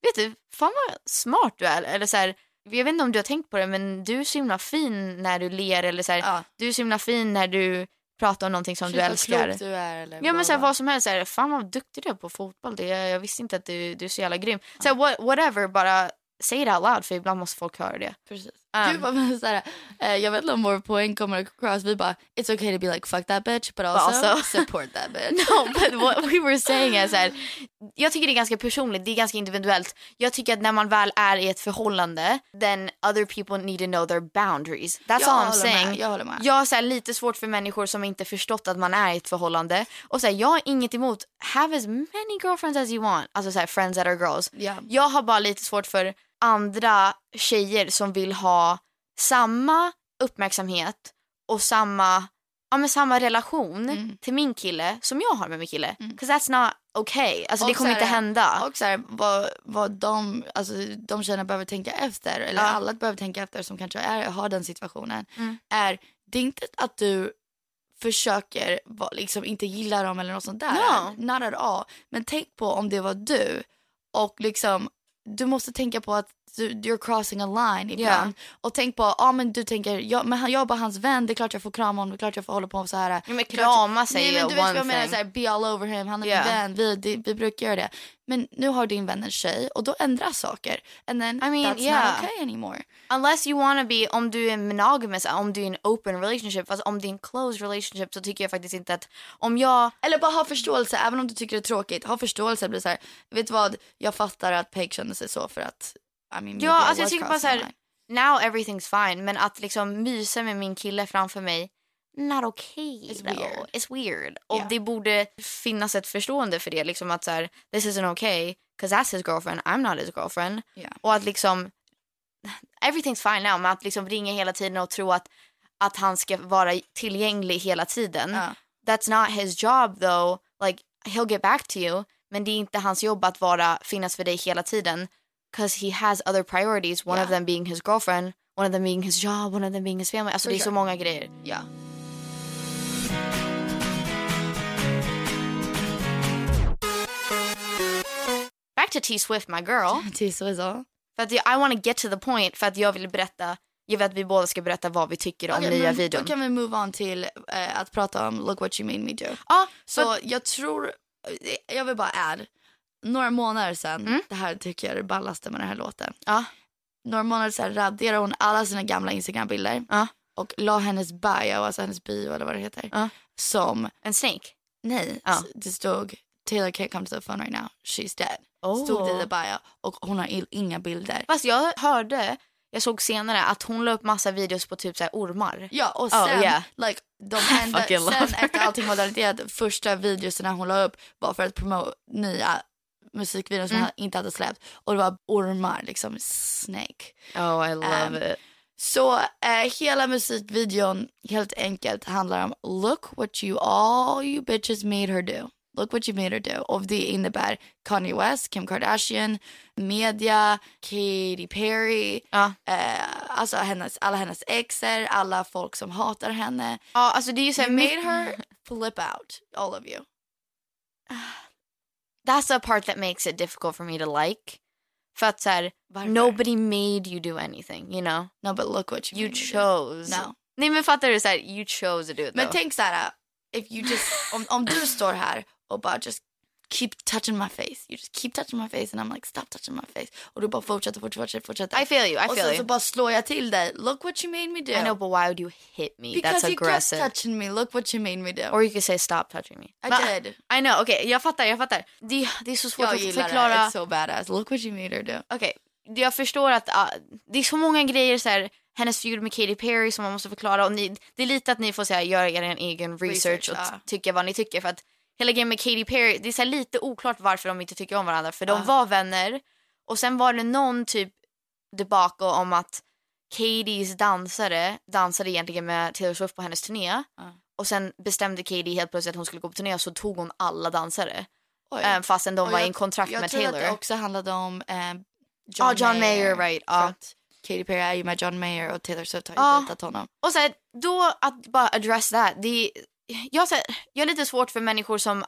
S4: vet du, fan vad smart du är. Eller så här, jag vet inte om du har tänkt på det, men du är så himla fin när du ler. Eller så här,
S6: Ja.
S4: du är så himla fin när du pratar om någonting som
S6: Shit,
S4: du
S6: vad
S4: älskar.
S6: klok du är eller
S4: Ja men såhär,
S6: bla,
S4: vad som helst, såhär, fan vad duktig du är på fotboll, det, jag visste inte att du, du är så jävla grym. Såhär, what, whatever, bara säg det out loud för ibland måste folk höra det.
S6: bla. Precis.
S4: Um.
S6: Gud vad men så här, eh, jag vet inte om vår poäng kommer across. Vi bara it's okay to be like fuck that bitch but also,
S4: also-
S6: support that bitch.
S4: No, but what we were saying är såhär, jag tycker det är ganska personligt, det är ganska individuellt. Jag tycker att när man väl är i ett förhållande, then other people need to know their boundaries. That's
S6: Jag
S4: all I'm
S6: håller
S4: saying.
S6: med, jag håller med.
S4: Jag har såhär, lite svårt för människor som inte förstått att man är i ett förhållande. Och såhär, jag har inget emot, have as many girlfriends as you want. Alltså såhär, friends that are girls.
S6: Ja.
S4: Jag har bara lite svårt för andra tjejer som vill ha samma uppmärksamhet och samma, ja, men samma relation
S6: Mm.
S4: till min kille som jag har med min kille. Cause that's not okay. Alltså det
S6: Och
S4: kommer
S6: så här,
S4: inte hända.
S6: Och så här, vad, vad de, alltså, de tjejerna behöver tänka efter, eller
S4: Ja. Mm.
S6: alla behöver tänka efter som kanske är, har den situationen, är det är inte att du försöker va, liksom, inte gilla dem eller något sånt där.
S4: No.
S6: Not at all. Men tänk på om det var du och liksom, du måste tänka på att du, you're crossing a line ibland. Och tänk på, ja men du tänker, jag, men han, jag är bara hans vän, det är klart jag får krama honom, det är klart jag får hålla på med så här.
S4: Ja, men
S6: Det är klart-
S4: krama säger
S6: Nej men
S4: jag,
S6: du vet vad
S4: one
S6: jag menar,
S4: thing.
S6: så här, be all over him, han är
S4: Ja.
S6: min vän, vi, det, vi brukar göra det. Men nu har din vän en tjej och då ändras saker. And then
S4: I mean,
S6: that's
S4: yeah.
S6: not okay anymore.
S4: Unless you wanna be, om du är monogamous, om du är en open relationship, fast om det är en closed relationship så tycker jag faktiskt inte att om jag,
S6: Eller bara ha förståelse, även om du tycker det är tråkigt. Ha förståelse, det blir så här, vet du vad, jag fattar att Peg kände sig så för att, I mean,
S4: ja alltså jag tycker bara så här, now everything's fine, men att liksom mysa med min kille framför mig, not okay
S6: It's
S4: though.
S6: weird.
S4: It's weird. Och
S6: Yeah.
S4: det borde finnas ett förstående för det, liksom att så här, this isn't okay, cause that's his girlfriend, I'm not his girlfriend.
S6: Yeah.
S4: Och att liksom, everything's fine now, men att liksom ringa hela tiden och tro att, att han ska vara tillgänglig hela tiden.
S6: Ja.
S4: That's not his job though, like he'll get back to you. Men det är inte hans jobb att vara, finnas för dig hela tiden. Cause he has other priorities, one of
S6: Ja.
S4: them being his girlfriend, one of them being his job, one of them being his family. Alltså
S6: For
S4: det är så
S6: sure.
S4: många grejer.
S6: Ja.
S4: Back to T Swift my girl.
S6: Tisseviså.
S4: För att jag, I wanna get to the point för att jag vill berätta, jag vill att vi båda ska berätta vad vi tycker om nya videon.
S6: Då kan vi move on till eh, att prata om Look what you made me do.
S4: Ja,
S6: Så
S4: så
S6: jag tror, eh, jag vill bara add, några månader sedan, det här tycker jag är det ballaste med den här låten.
S4: Mm. Ja.
S6: Några månader sedan raderade hon alla sina gamla Instagram-bilder
S4: Ja.
S6: och la hennes bio, alltså hennes bio eller vad det heter,
S4: Ja.
S6: som,
S4: en snake.
S6: nej,
S4: Ja.
S6: s- det stod Taylor K come to the phone right now, she's dead.
S4: Oh.
S6: Stod det i the bio och hon har il- inga bilder.
S4: Fast jag hörde, jag såg senare att hon la upp massa videos på typ så här ormar.
S6: Ja och sen,
S4: Oh, yeah.
S6: like, de
S4: I
S6: enda,
S4: fucking love
S6: sen
S4: her.
S6: efter allting var daterat, första videoserna hon la upp var för att promota nya musikvideor som
S4: Mm.
S6: han inte hade släppt och det var ormar liksom, snake.
S4: Oh I
S6: love
S4: it.
S6: Så eh, hela musikvideon helt enkelt handlar om look what you all you bitches made her do. Look what you made her do. Och det innebär Kanye West, Kim Kardashian, media, Katy Perry,
S4: Ja.
S6: eh, alltså hennes, alla hennes exer, alla folk som hatar henne.
S4: Ja alltså det är ju så här,
S6: You made
S4: mycket-
S6: her flip out, all of you.
S4: That's the part that makes it difficult for me to like. För att så här,
S6: Varför?
S4: nobody made you do anything, you know?
S6: No but look what you
S4: You
S6: made her do.
S4: chose.
S6: No.
S4: Nej men fattar du så här, you chose to do it
S6: Men
S4: though.
S6: tänk så här, if you just, om, om du står här och bara just keep touching my face. You just keep touching my face and I'm like stop touching my face. Och du bara fortsätter, fortsätter, fortsätter.
S4: I feel you, I
S6: och
S4: feel
S6: sen
S4: you.
S6: så bara slår jag till dig. Look what you made me do.
S4: I know but why would you hit me?
S6: Because
S4: That's
S6: you
S4: aggressive.
S6: kept touching me. Look what you made me do.
S4: Or you could say stop touching me.
S6: I
S4: Men-
S6: did.
S4: I know, okej jag fattar, jag fattar. Det, det är så svårt
S6: jag
S4: att
S6: gillar
S4: förklara.
S6: det. It's so badass. Look what you made her do.
S4: Okej, jag förstår att ah, det är så många grejer så här, hennes feud med Katy Perry som man måste förklara och ni, det är lite att ni får så här, göra er egen research,
S6: Research, ah.
S4: och t-
S6: ja.
S4: tycka vad ni tycker för att hela grejen med Katy Perry, det är så här, lite oklart varför de inte tycker om varandra för de
S6: Ja.
S4: var vänner och sen var det någon typ debacle om att Katys dansare dansade egentligen med Taylor Swift på hennes turné
S6: Ah.
S4: och sen bestämde Katy helt plötsligt att hon skulle gå på turné och så tog hon alla dansare
S6: Oj.
S4: eh, fastän de
S6: Och
S4: var i
S6: jag-
S4: en kontrakt
S6: jag
S4: med
S6: tror
S4: Taylor.
S6: att det också handlade om eh, John,
S4: Ja, John Mayer, right, Ah.
S6: För
S4: ja.
S6: att Katy Perry är ju med John Mayer och Taylor Swift har ju
S4: Ja.
S6: dejtat honom.
S4: Och så här, då att bara address that. Det, jag, så här, jag är lite svårt för människor som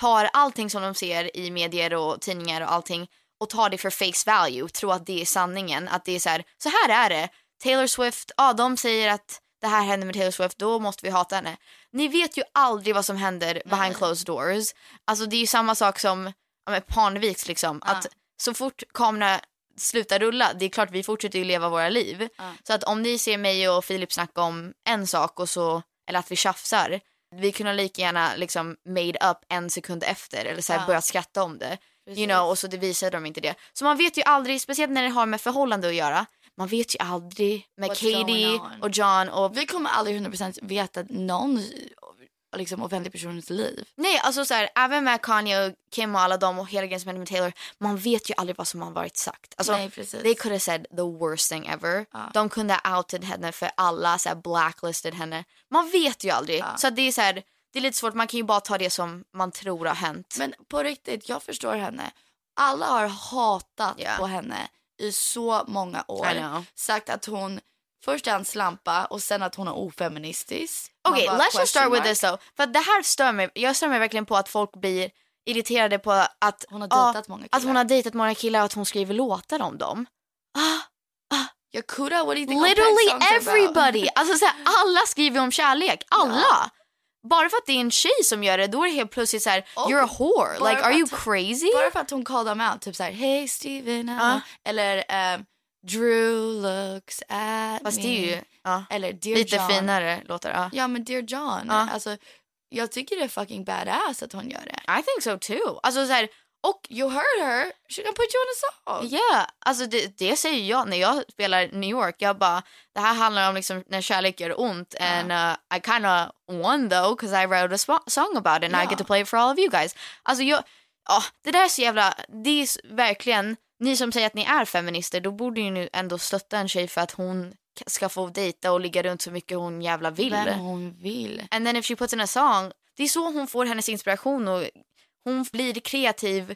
S4: tar allting som de ser i medier och tidningar och allting och tar det för face value, tror att det är sanningen. Att det är så här, så här är det. Taylor Swift, ja de säger att det här händer med Taylor Swift, då måste vi hata henne. Ni vet ju aldrig vad som händer behind closed doors. Alltså det är ju samma sak som ja, med Parneviks liksom. Att så fort kamerorna slutar rulla, det är klart vi fortsätter ju leva våra liv. Så att om ni ser mig och Filip snacka om en sak och så, eller att vi tjafsar, vi kunde lika gärna liksom made up en sekund efter eller så här
S6: Ja.
S4: börjat skratta om det. You
S6: Precis.
S4: know, och så det visade de inte det. Så man vet ju aldrig, speciellt när det har med förhållande att göra, man vet ju aldrig med
S6: What's
S4: Katie
S6: going on?
S4: och John och...
S6: Vi kommer aldrig 100% veta någon liksom, offentlig persons liv.
S4: Nej, alltså så här, även med Kanye och Kim och alla dem och hela grejen som hände med Taylor, man vet ju aldrig vad som har varit sagt. Alltså,
S6: Nej, precis.
S4: They could have said the worst thing ever. De kunde ha outed henne för alla, så här blacklisted henne. Man vet ju aldrig. Så att det är så här, det är lite svårt, man kan ju bara ta det som man tror har hänt.
S6: Men på riktigt, jag förstår henne. Alla har hatat
S4: Ja.
S6: på henne i så många
S4: I
S6: år.
S4: know.
S6: Sagt att hon först är en slampa och sen att hon är ofeministisk. Man
S4: Okej,
S6: bara,
S4: let's just
S6: question
S4: start with
S6: mark.
S4: this though. För att det här stör mig. Jag stör mig verkligen på att folk blir irriterade på att
S6: Hon har
S4: ja,
S6: dejtat många
S4: att hon
S6: killar.
S4: har dejtat många killar och att hon skriver låtar om dem.
S6: ah, ah, jag could have, what do you think all
S4: Literally
S6: pet songs are about?
S4: everybody. Alltså, så här, alla skriver om kärlek. Alla. Bara för att det är en tjej som gör det, då är det helt plötsligt så här,
S6: Och
S4: you're a whore.
S6: bara
S4: Like,
S6: för
S4: are you
S6: att-
S4: crazy? Uh.
S6: Bara för att hon called dem out, typ såhär, hey Steven, I know." eller
S4: eh,
S6: ehm, Drew looks at
S4: Fast
S6: me.
S4: det är ju ja,
S6: eller Dear
S4: lite
S6: John.
S4: finare låtar. Ja.
S6: Ja men Dear John,
S4: Ja.
S6: alltså jag tycker det är fucking badass att hon gör det.
S4: I think so too. Alltså så här,
S6: Och you heard her, she gonna put you on a song.
S4: yeah. alltså det, det säger jag när jag spelar New York. Jag bara, det här handlar om liksom när kärlek gör ont. And uh, I kind of won though, because I wrote a spo- song about it and I
S6: Ja.
S4: get to play it for all of you guys. Alltså jag, ja, det där är så jävla, det är s- verkligen, ni som säger att ni är feminister, då borde ju nu ändå stötta en tjej för att hon k- ska få dejta och ligga runt så mycket hon jävla vill.
S6: Vem hon vill.
S4: And then if she puts in a song, det är så hon får hennes inspiration och hon blir kreativ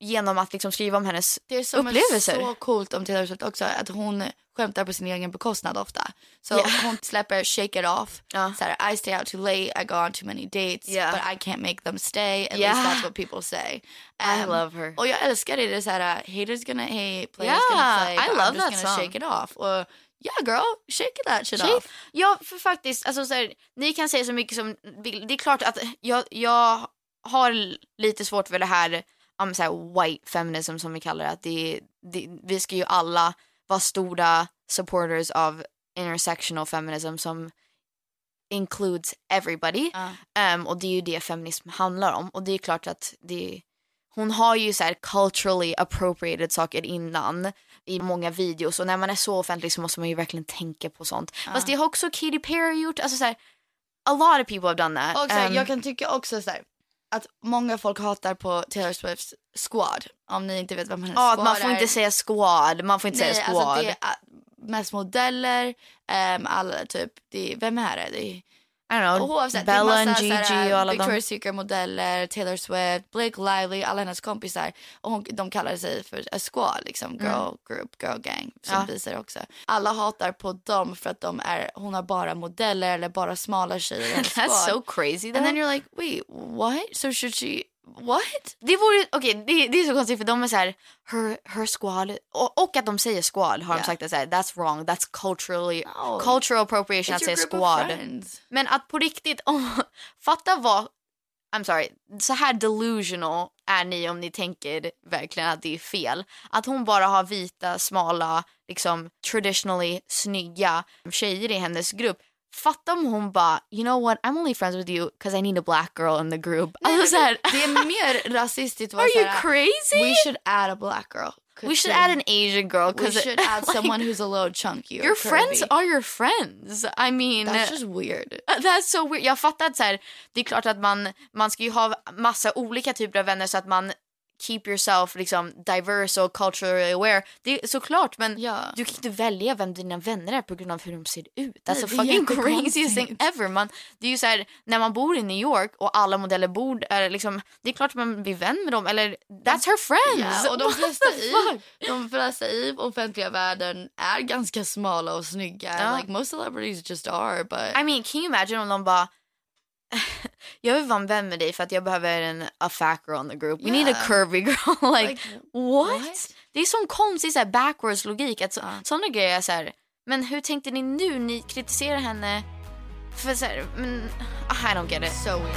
S4: genom att liksom skriva om hennes
S6: Det är som är
S4: upplevelser.
S6: så coolt om Taylor Swift också att hon skämtar på sin egen bekostnad ofta. Så
S4: Ja.
S6: hon släpper Shake It Off,
S4: Ja.
S6: såhär, I stay out too late, I go on too many dates
S4: Ja.
S6: but I can't make them stay, at
S4: Ja.
S6: least that's what people say.
S4: I
S6: Um,
S4: love her.
S6: Och jag älskar det, det är såhär haters gonna hate, players
S4: Ja,
S6: gonna play,
S4: I
S6: but
S4: love
S6: I'm just
S4: that
S6: gonna
S4: song.
S6: shake it off. Och yeah girl, shake that shit
S4: Shake-
S6: off.
S4: Ja, för faktiskt, alltså, så här, ni kan säga så mycket som vill. Det är klart att jag, jag har lite svårt för det här, ja, men så här white feminism som vi kallar det. Att det, det. Vi ska ju alla vara stora supporters av intersectional feminism som includes everybody.
S6: Ja.
S4: Ehm, och det är ju det feminism handlar om. Och det är klart att det hon har ju så här culturally appropriated saker innan i många videos och när man är så offentlig så måste man ju verkligen tänka på sånt. Fast det har också Katy Perry gjort, alltså så här, a lot of people have done that.
S6: Och så här,
S4: Ehm,
S6: jag kan tycka också så här, att många folk hatar på Taylor Swifts squad. Om ni inte vet vem hennes
S4: ja, att
S6: squad
S4: man får
S6: är.
S4: inte säga squad, man får inte
S6: Nej,
S4: säga squad.
S6: alltså det är ah, mest modeller, ehm, alla typ, det är, vem är det? det är,
S4: I don't know,
S6: oavsett,
S4: Bella
S6: det är
S4: and
S6: massa
S4: Gigi
S6: såhär,
S4: och alla
S6: Victoria's
S4: dem.
S6: Secret modeller, Taylor Swift, Blake Lively, alla hennes kompisar. Och hon, de kallar sig för a squad, liksom girl group, girl gang, som
S4: Mm. Ja.
S6: visar också. Alla hatar på dem för att de är, hon har bara modeller eller bara smala tjejer i hennes
S4: That's
S6: squad.
S4: so crazy
S6: And
S4: though.
S6: then you're like, wait, what? So should she? What?
S4: Det vore, okej det, det är så konstigt för de är så här, her, her squad, och, och att de säger squad har
S6: Ja.
S4: de sagt att så här, that's wrong, that's culturally,
S6: No.
S4: cultural appropriation att
S6: It's your
S4: säga
S6: group
S4: squad.
S6: of friends.
S4: Men att på riktigt, om, fatta vad, I'm sorry, så här delusional är ni om ni tänker verkligen att det är fel. Att hon bara har vita, smala, liksom traditionally snygga tjejer i hennes grupp. Fatta om hon bara, you know what, I'm only friends with you because I need a black girl in the group. alltså så här,
S6: Det är mer typ rasistiskt. att vara
S4: are you
S6: såhär,
S4: crazy?
S6: We should add a black girl.
S4: We should add an Asian girl
S6: We
S4: because
S6: should add someone who's a little chunky. or
S4: your friends
S6: curvy.
S4: are your friends. I mean,
S6: That's just weird.
S4: That's so weird. Jag fattar att så här, det är klart att man, man ska ju ha massa olika typer av vänner så att man keep yourself liksom diverse och culturally aware. Det är såklart men
S6: Ja.
S4: du kan inte välja vem dina vänner är på grund av hur de ser ut. That's
S6: det är
S4: the fucking craziest
S6: jättekonstigt.
S4: thing ever. Man, det är ju så här, när man bor i New York och alla modeller bor är liksom, det är klart att man blir vän med dem eller that's her friends.
S6: Ja, och de
S4: What
S6: flesta,
S4: the
S6: i,
S4: fuck?
S6: de flesta i offentliga världen är ganska smala och snygga.
S4: Ja.
S6: Like most celebrities just are. But
S4: I mean, can you imagine om de bara jag vill vara en vän med dig för att jag behöver en a fat girl in the group. We need a
S6: Yeah.
S4: curvy girl. like,
S6: Like,
S4: what?
S6: what?
S4: Det är sån konstig så här, backwards logik. Att så, Sådana grejer är så här, men hur tänkte ni nu? Ni kritiserar henne för så här, men ah, I don't get it.
S6: so weird.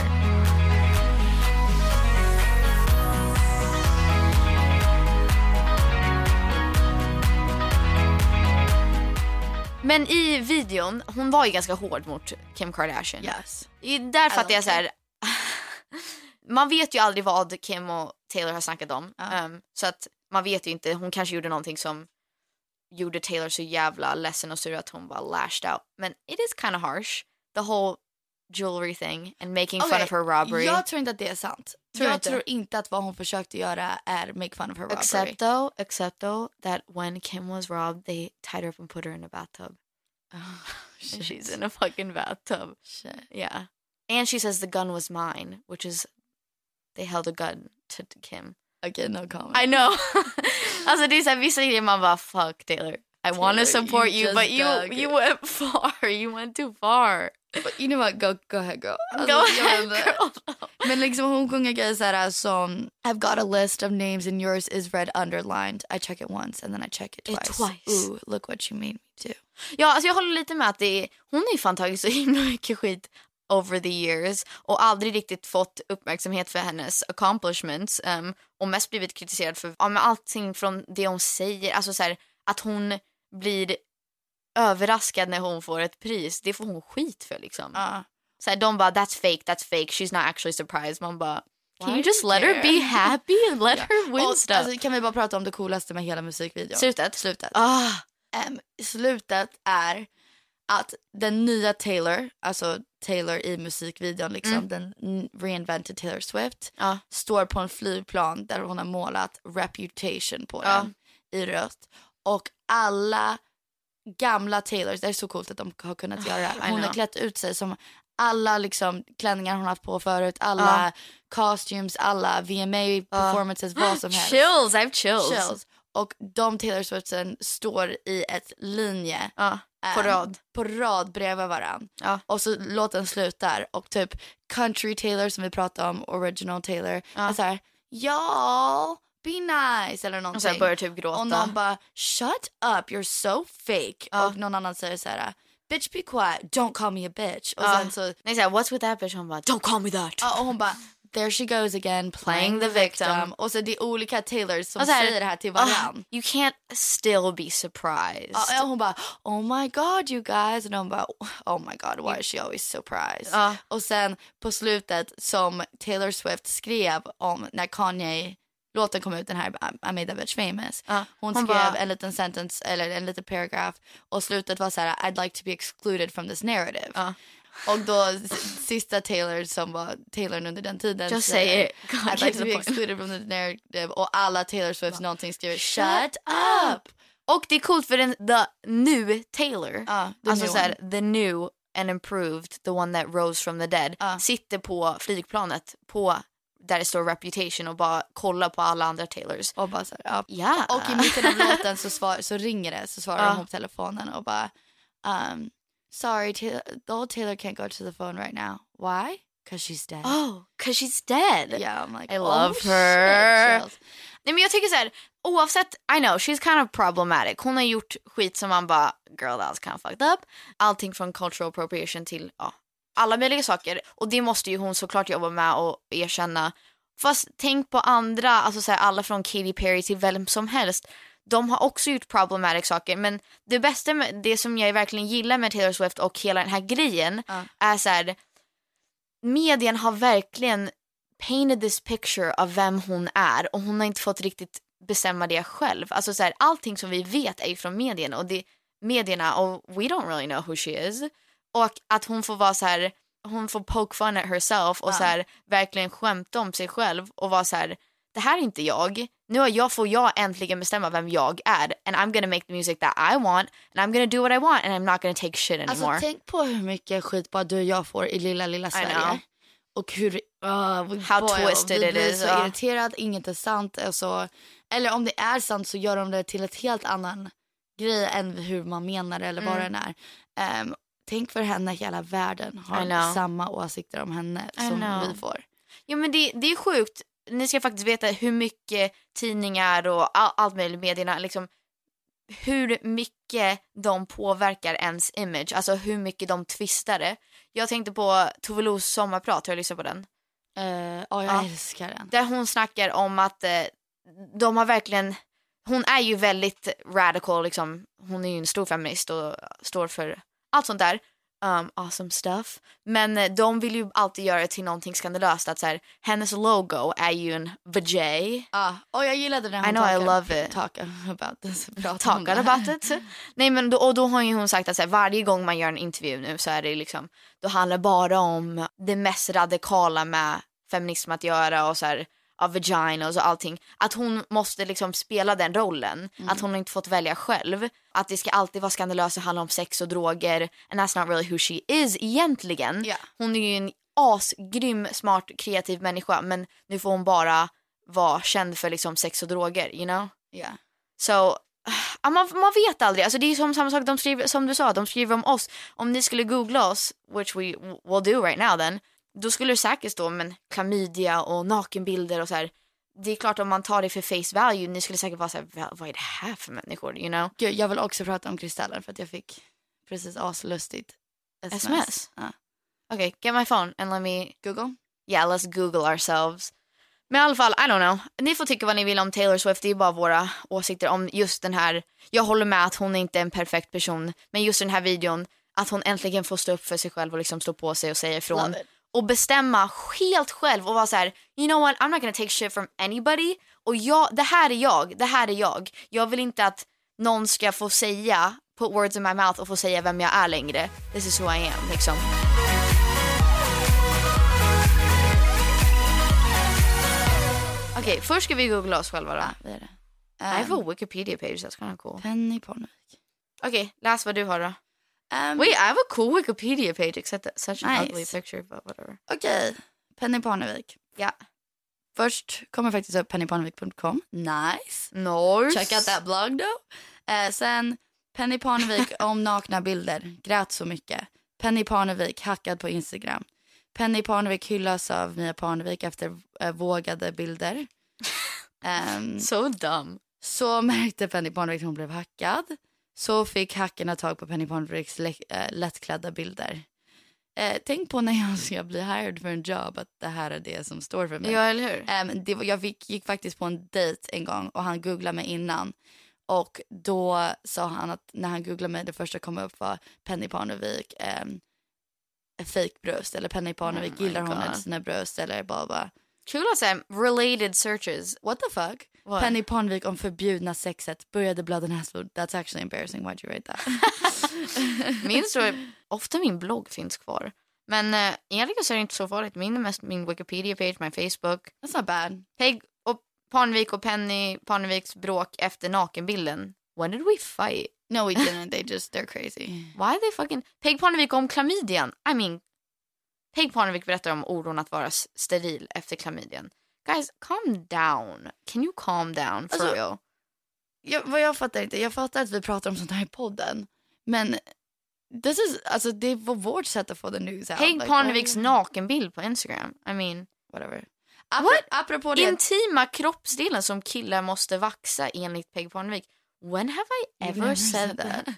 S4: Men i videon, hon var ju ganska hård mot Kim Kardashian.
S6: Yes.
S4: I- Där fattar
S6: like
S4: jag så här. man vet ju aldrig vad Kim och Taylor har snackat om.
S6: Ja.
S4: Ehm, så att man vet ju inte. Hon kanske gjorde någonting som gjorde Taylor så jävla ledsen och sur att hon bara lashed out. Men it is kind of harsh. The whole jewelry thing and making fun
S6: Okej,
S4: of her robbery.
S6: Jag tror inte att det är sant.
S4: Tror
S6: jag
S4: du inte?
S6: tror inte att vad hon försökte göra är make fun of her robbery.
S4: Except though, except though that when Kim was robbed they tied her up and put her in a bathtub. And she's in a fucking bathtub.
S6: Shit.
S4: Yeah. And she says the gun was mine, which is they held a gun to, to Kim.
S6: Okej, no comment.
S4: I know. alltså det är så här, vissa grejer man bara fuck Taylor. I I want
S6: Taylor,
S4: to support
S6: you
S4: you,
S6: just
S4: but you
S6: dug
S4: you
S6: it.
S4: went far. You went too far.
S6: But you know what, go, go ahead girl. Alltså,
S4: Go
S6: jag
S4: ahead,
S6: vet inte.
S4: girl.
S6: Men liksom hon sjunger grejer så här som I've got a list of names and yours is red underlined. I check it once and then I check it
S4: It
S6: twice.
S4: twice.
S6: Ooh, look what you made me do.
S4: Ja, alltså jag håller lite med att det är, hon har ju fan tagit så himla mycket skit over the years och aldrig riktigt fått uppmärksamhet för hennes accomplishments ehm, och mest blivit kritiserad för ja, men allting från det hon säger, alltså så här, att hon blir överraskad när hon får ett pris, det får hon skit för liksom.
S6: Ja.
S4: Så här, de bara that's fake, that's fake, she's not actually surprised. Man bara can
S6: Why
S4: you
S6: do
S4: just
S6: you
S4: let her
S6: care?
S4: be happy and let
S6: Ja.
S4: her win
S6: Och,
S4: stuff.
S6: Alltså, kan vi bara prata om det coolaste med hela musikvideon?
S4: slutet?
S6: Slutet.
S4: Ah,
S6: Ehm, slutet är att den nya Taylor, alltså Taylor i musikvideon, liksom, den n- reinvented Taylor Swift,
S4: Mm. Ja.
S6: står på en flygplan där hon har målat reputation på
S4: Ja.
S6: den i rött. Och alla gamla Taylors, det är så coolt att de har kunnat göra det
S4: Ah, I
S6: här. Hon har
S4: know.
S6: klätt ut sig som alla liksom, klänningar hon haft på förut, alla costumes, alla VMA performances, vad som helst
S4: chills, I have chills.
S6: chills. Och de Taylor Swiftsen står i ett linje.
S4: Ja, på
S6: ehm,
S4: rad.
S6: På rad bredvid varann.
S4: Ja.
S6: Och så låten slutar och typ country Taylor som vi pratade om, original Taylor. Ja. Så här, y'all be nice eller någonting.
S4: Och sen börjar typ gråta.
S6: Och någon bara shut up you're so fake. Och någon annan säger så här bitch be quiet don't call me a bitch. Och
S4: Ah.
S6: sen så
S4: Nej, såhär, what's with that bitch? Hon bara, don't call me that.
S6: Ja, och hon bara there she goes again playing the victim. Och så det är olika Taylors som
S4: Och så här,
S6: säger det här till
S4: "Ah,
S6: varann.
S4: you can't still be surprised.
S6: Ja, ja, hon bara oh my god you guys och de bara oh my god why is she always surprised.
S4: Ja.
S6: Och sen på slutet som Taylor Swift skrev om när Kanye låten kom ut den här I made that bitch famous.
S4: Ja,
S6: Hon
S4: hon
S6: skrev
S4: bara-
S6: en liten sentence eller en liten paragraf och slutet var så här I'd like to be excluded from this narrative.
S4: Ja.
S6: Och då s- sista Taylor som var Taylorn under den tiden
S4: Just
S6: säger,
S4: say it. God,
S6: I'd
S4: get
S6: like
S4: to
S6: to
S4: the
S6: be
S4: point."
S6: excluded from this narrative och alla Taylor Swifts någonting skriver shut up.
S4: Och det är coolt för den, the new Taylor,
S6: Ja, the
S4: alltså
S6: new
S4: såhär, the new and improved, the one that rose from the dead,
S6: Ja.
S4: sitter på flygplanet på där det står reputation och bara kollar på alla andra Taylors.
S6: Och bara så här, ja.
S4: Ja.
S6: Och i mitten av låten så, svar, så ringer det, så svarar
S4: Ja.
S6: hon på telefonen och bara um, Sorry, Taylor, the old Taylor can't go to the phone right now. Why? Cause she's dead.
S4: Oh, cause she's dead.
S6: Yeah, I'm like,
S4: I
S6: oh,
S4: love
S6: shit,
S4: her.
S6: chills.
S4: Nej men jag tycker så här, oavsett, I know she's kind of problematic. Hon har gjort skit som man bara, girl that was kind of fucked up. Allting från cultural appropriation till ja, alla möjliga saker. Och det måste ju hon såklart jobba med och erkänna. Fast tänk på andra, alltså så här, alla från Katy Perry till vem som helst. De har också gjort problematic saker men det bästa med det som jag verkligen gillar med Taylor Swift och hela den här grejen är så här medien har verkligen painted this picture av vem hon är och hon har inte fått riktigt bestämma det själv. Alltså så här, allting som vi vet är ju från medierna och det, medierna och we don't really know who she is. Och att hon får vara så här, hon får poke fun at herself och så här, verkligen skämta om sig själv och vara så här, det här är inte jag. Nu har jag, får jag äntligen bestämma vem jag är and I'm gonna make the music that I want and I'm gonna do what I want and I'm not gonna take shit
S6: Alltså
S4: anymore.
S6: tänk på hur mycket skit bara du och jag får i lilla, lilla
S4: know.
S6: Sverige. Och hur, ah, we-
S4: How
S6: boy,
S4: twisted
S6: vi
S4: it
S6: blir
S4: is,
S6: så
S4: ja.
S6: irriterad, inget är sant. Alltså, eller om det är sant så gör de det till ett helt annan grej än hur man menar det eller vad den är. Ehm, tänk för henne, hela världen
S4: Mm. I
S6: har
S4: know.
S6: samma åsikter om henne
S4: I
S6: som
S4: know.
S6: vi får.
S4: Ja men det, det är sjukt. Ni ska faktiskt veta hur mycket tidningar och all, allt möjligt medierna liksom hur mycket de påverkar ens image, alltså hur mycket de twistar det. Jag tänkte på Tove Los sommarprat, har jag lyssnat på den?
S6: Uh, jag
S4: Ja.
S6: älskar den.
S4: Där hon snackar om att eh, de har verkligen, hon är ju väldigt radical liksom, hon är ju en stor feminist och står för allt sånt där. Um, awesome stuff. Men eh, de vill ju alltid göra det till någonting skandalöst att så här, hennes logo är ju en vajay.
S6: Ja, och Ah, jag gillade när
S4: I
S6: hon
S4: know, I
S6: talkade-
S4: love it.
S6: talkade about this. pratade om
S4: talkade
S6: det här.
S4: about it. Nej men då, och då har ju hon sagt att så här, varje gång man gör en intervju nu så är det liksom, då handlar det bara om det mest radikala med feminism att göra och så här, av vaginas och allting. Att hon måste liksom spela den rollen. Att hon inte fått välja själv. Att det ska alltid vara skandalöst och handla om sex och droger. And that's not really who she is egentligen.
S6: Ja.
S4: Hon är ju en asgrym, smart, kreativ människa men nu får hon bara vara känd för liksom sex och droger, you know?
S6: Ja.
S4: So Ja, man, man vet aldrig. Alltså, det är som samma sak de skriver, som du sa, de skriver om oss. Om ni skulle googla oss, which we will do right now then, då skulle det säkert stå men klamydia och nakenbilder och så här. Det är klart om man tar det för face value, ni skulle säkert vara så här, "Va- vad är det här för människor, you know?
S6: Gud, jag vill också prata om kristaller för att jag fick precis aslustigt sms.
S4: SMS?
S6: Ja.
S4: Okay, get my phone and let me
S6: Google?
S4: yeah, let's google ourselves. Men i alla fall, I don't know. Ni får tycka vad ni vill om Taylor Swift, det är bara våra åsikter om just den här. Jag håller med att hon är inte är en perfekt person, men just den här videon, att hon äntligen får stå upp för sig själv och liksom stå på sig och säga ifrån.
S6: Love it.
S4: Och bestämma helt själv och vara så här, you know what, I'm not gonna take shit from anybody. Och jag, det här är jag, det här är jag. Jag vill inte att någon ska få säga, put words in my mouth och få säga vem jag är längre. This is who I am, liksom. Okej, först ska vi googla oss själva då.
S6: Ja, det är det.
S4: I have a
S6: Um,
S4: Wikipedia page, that's kind of cool.
S6: Penny Parnevik.
S4: Okej, läs vad du har då.
S6: Um,
S4: Wait, I have a cool Wikipedia page except that such an
S6: Nice.
S4: ugly picture, but whatever.
S6: Okej, Penny Parnevik.
S4: Yeah.
S6: Först kommer faktiskt upp pennyparnevik.com. Nice.
S4: Nice.
S6: Check out that blog though. Eh, sen Penny Parnevik om nakna bilder. Grät så mycket. Penny Parnevik hackad på Instagram. Penny Parnevik hyllas av Mia Parnevik efter eh, vågade bilder. Ehm,
S4: So dumb.
S6: så märkte Penny Parnevik att hon blev hackad. Så fick hackarna tag på Penny Parneviks lä- eh, lättklädda bilder. Eh, tänk på när jag ska bli hired för en job att det här är det som står för mig.
S4: Ja, eller hur?
S6: Ehm, det var, jag fick, gick faktiskt på en dejt en gång och han googlade mig innan. Och då sa han att när han googlade mig det första som kom upp var Penny Parnevik um, fake bröst eller Penny Parnevik
S4: Oh my
S6: gillar hon
S4: God.
S6: inte sina bröst eller bara, bara
S4: Kul att säga related searches.
S6: What the fuck?
S4: What?
S6: Penny Parnevik om förbjudna sexet började blöda näsblod. That's actually embarrassing. Why'd you write that?
S4: Min står, ofta min blogg finns kvar. Men eh, egentligen så är det inte så farligt. Min är mest min Wikipedia page, min Facebook.
S6: That's not bad.
S4: Peg och Parnevik och Penny Parneviks bråk efter nakenbilden. When did we fight?
S6: No we didn't. They just, they're crazy.
S4: Why they fucking... Peg Parnevik om klamydian. I mean... Peg Parnevik berättar om oron att vara s- steril efter klamydian. Guys, calm down. Can you calm down? For
S6: Alltså,
S4: real.
S6: Jag, vad jag fattar inte, jag fattar att vi pratar om sånt här i podden. Men this is, alltså det var vårt sätt att få the news out.
S4: Peg
S6: Like, oh.
S4: Parneviks
S6: why-
S4: nakenbild på Instagram. I mean...
S6: Whatever.
S4: What?
S6: Apropå, apropå det.
S4: Intima kroppsdelen som killar måste vaxa enligt Peg Parnevik. When have I
S6: You've
S4: ever
S6: never
S4: said
S6: said
S4: that?
S6: that.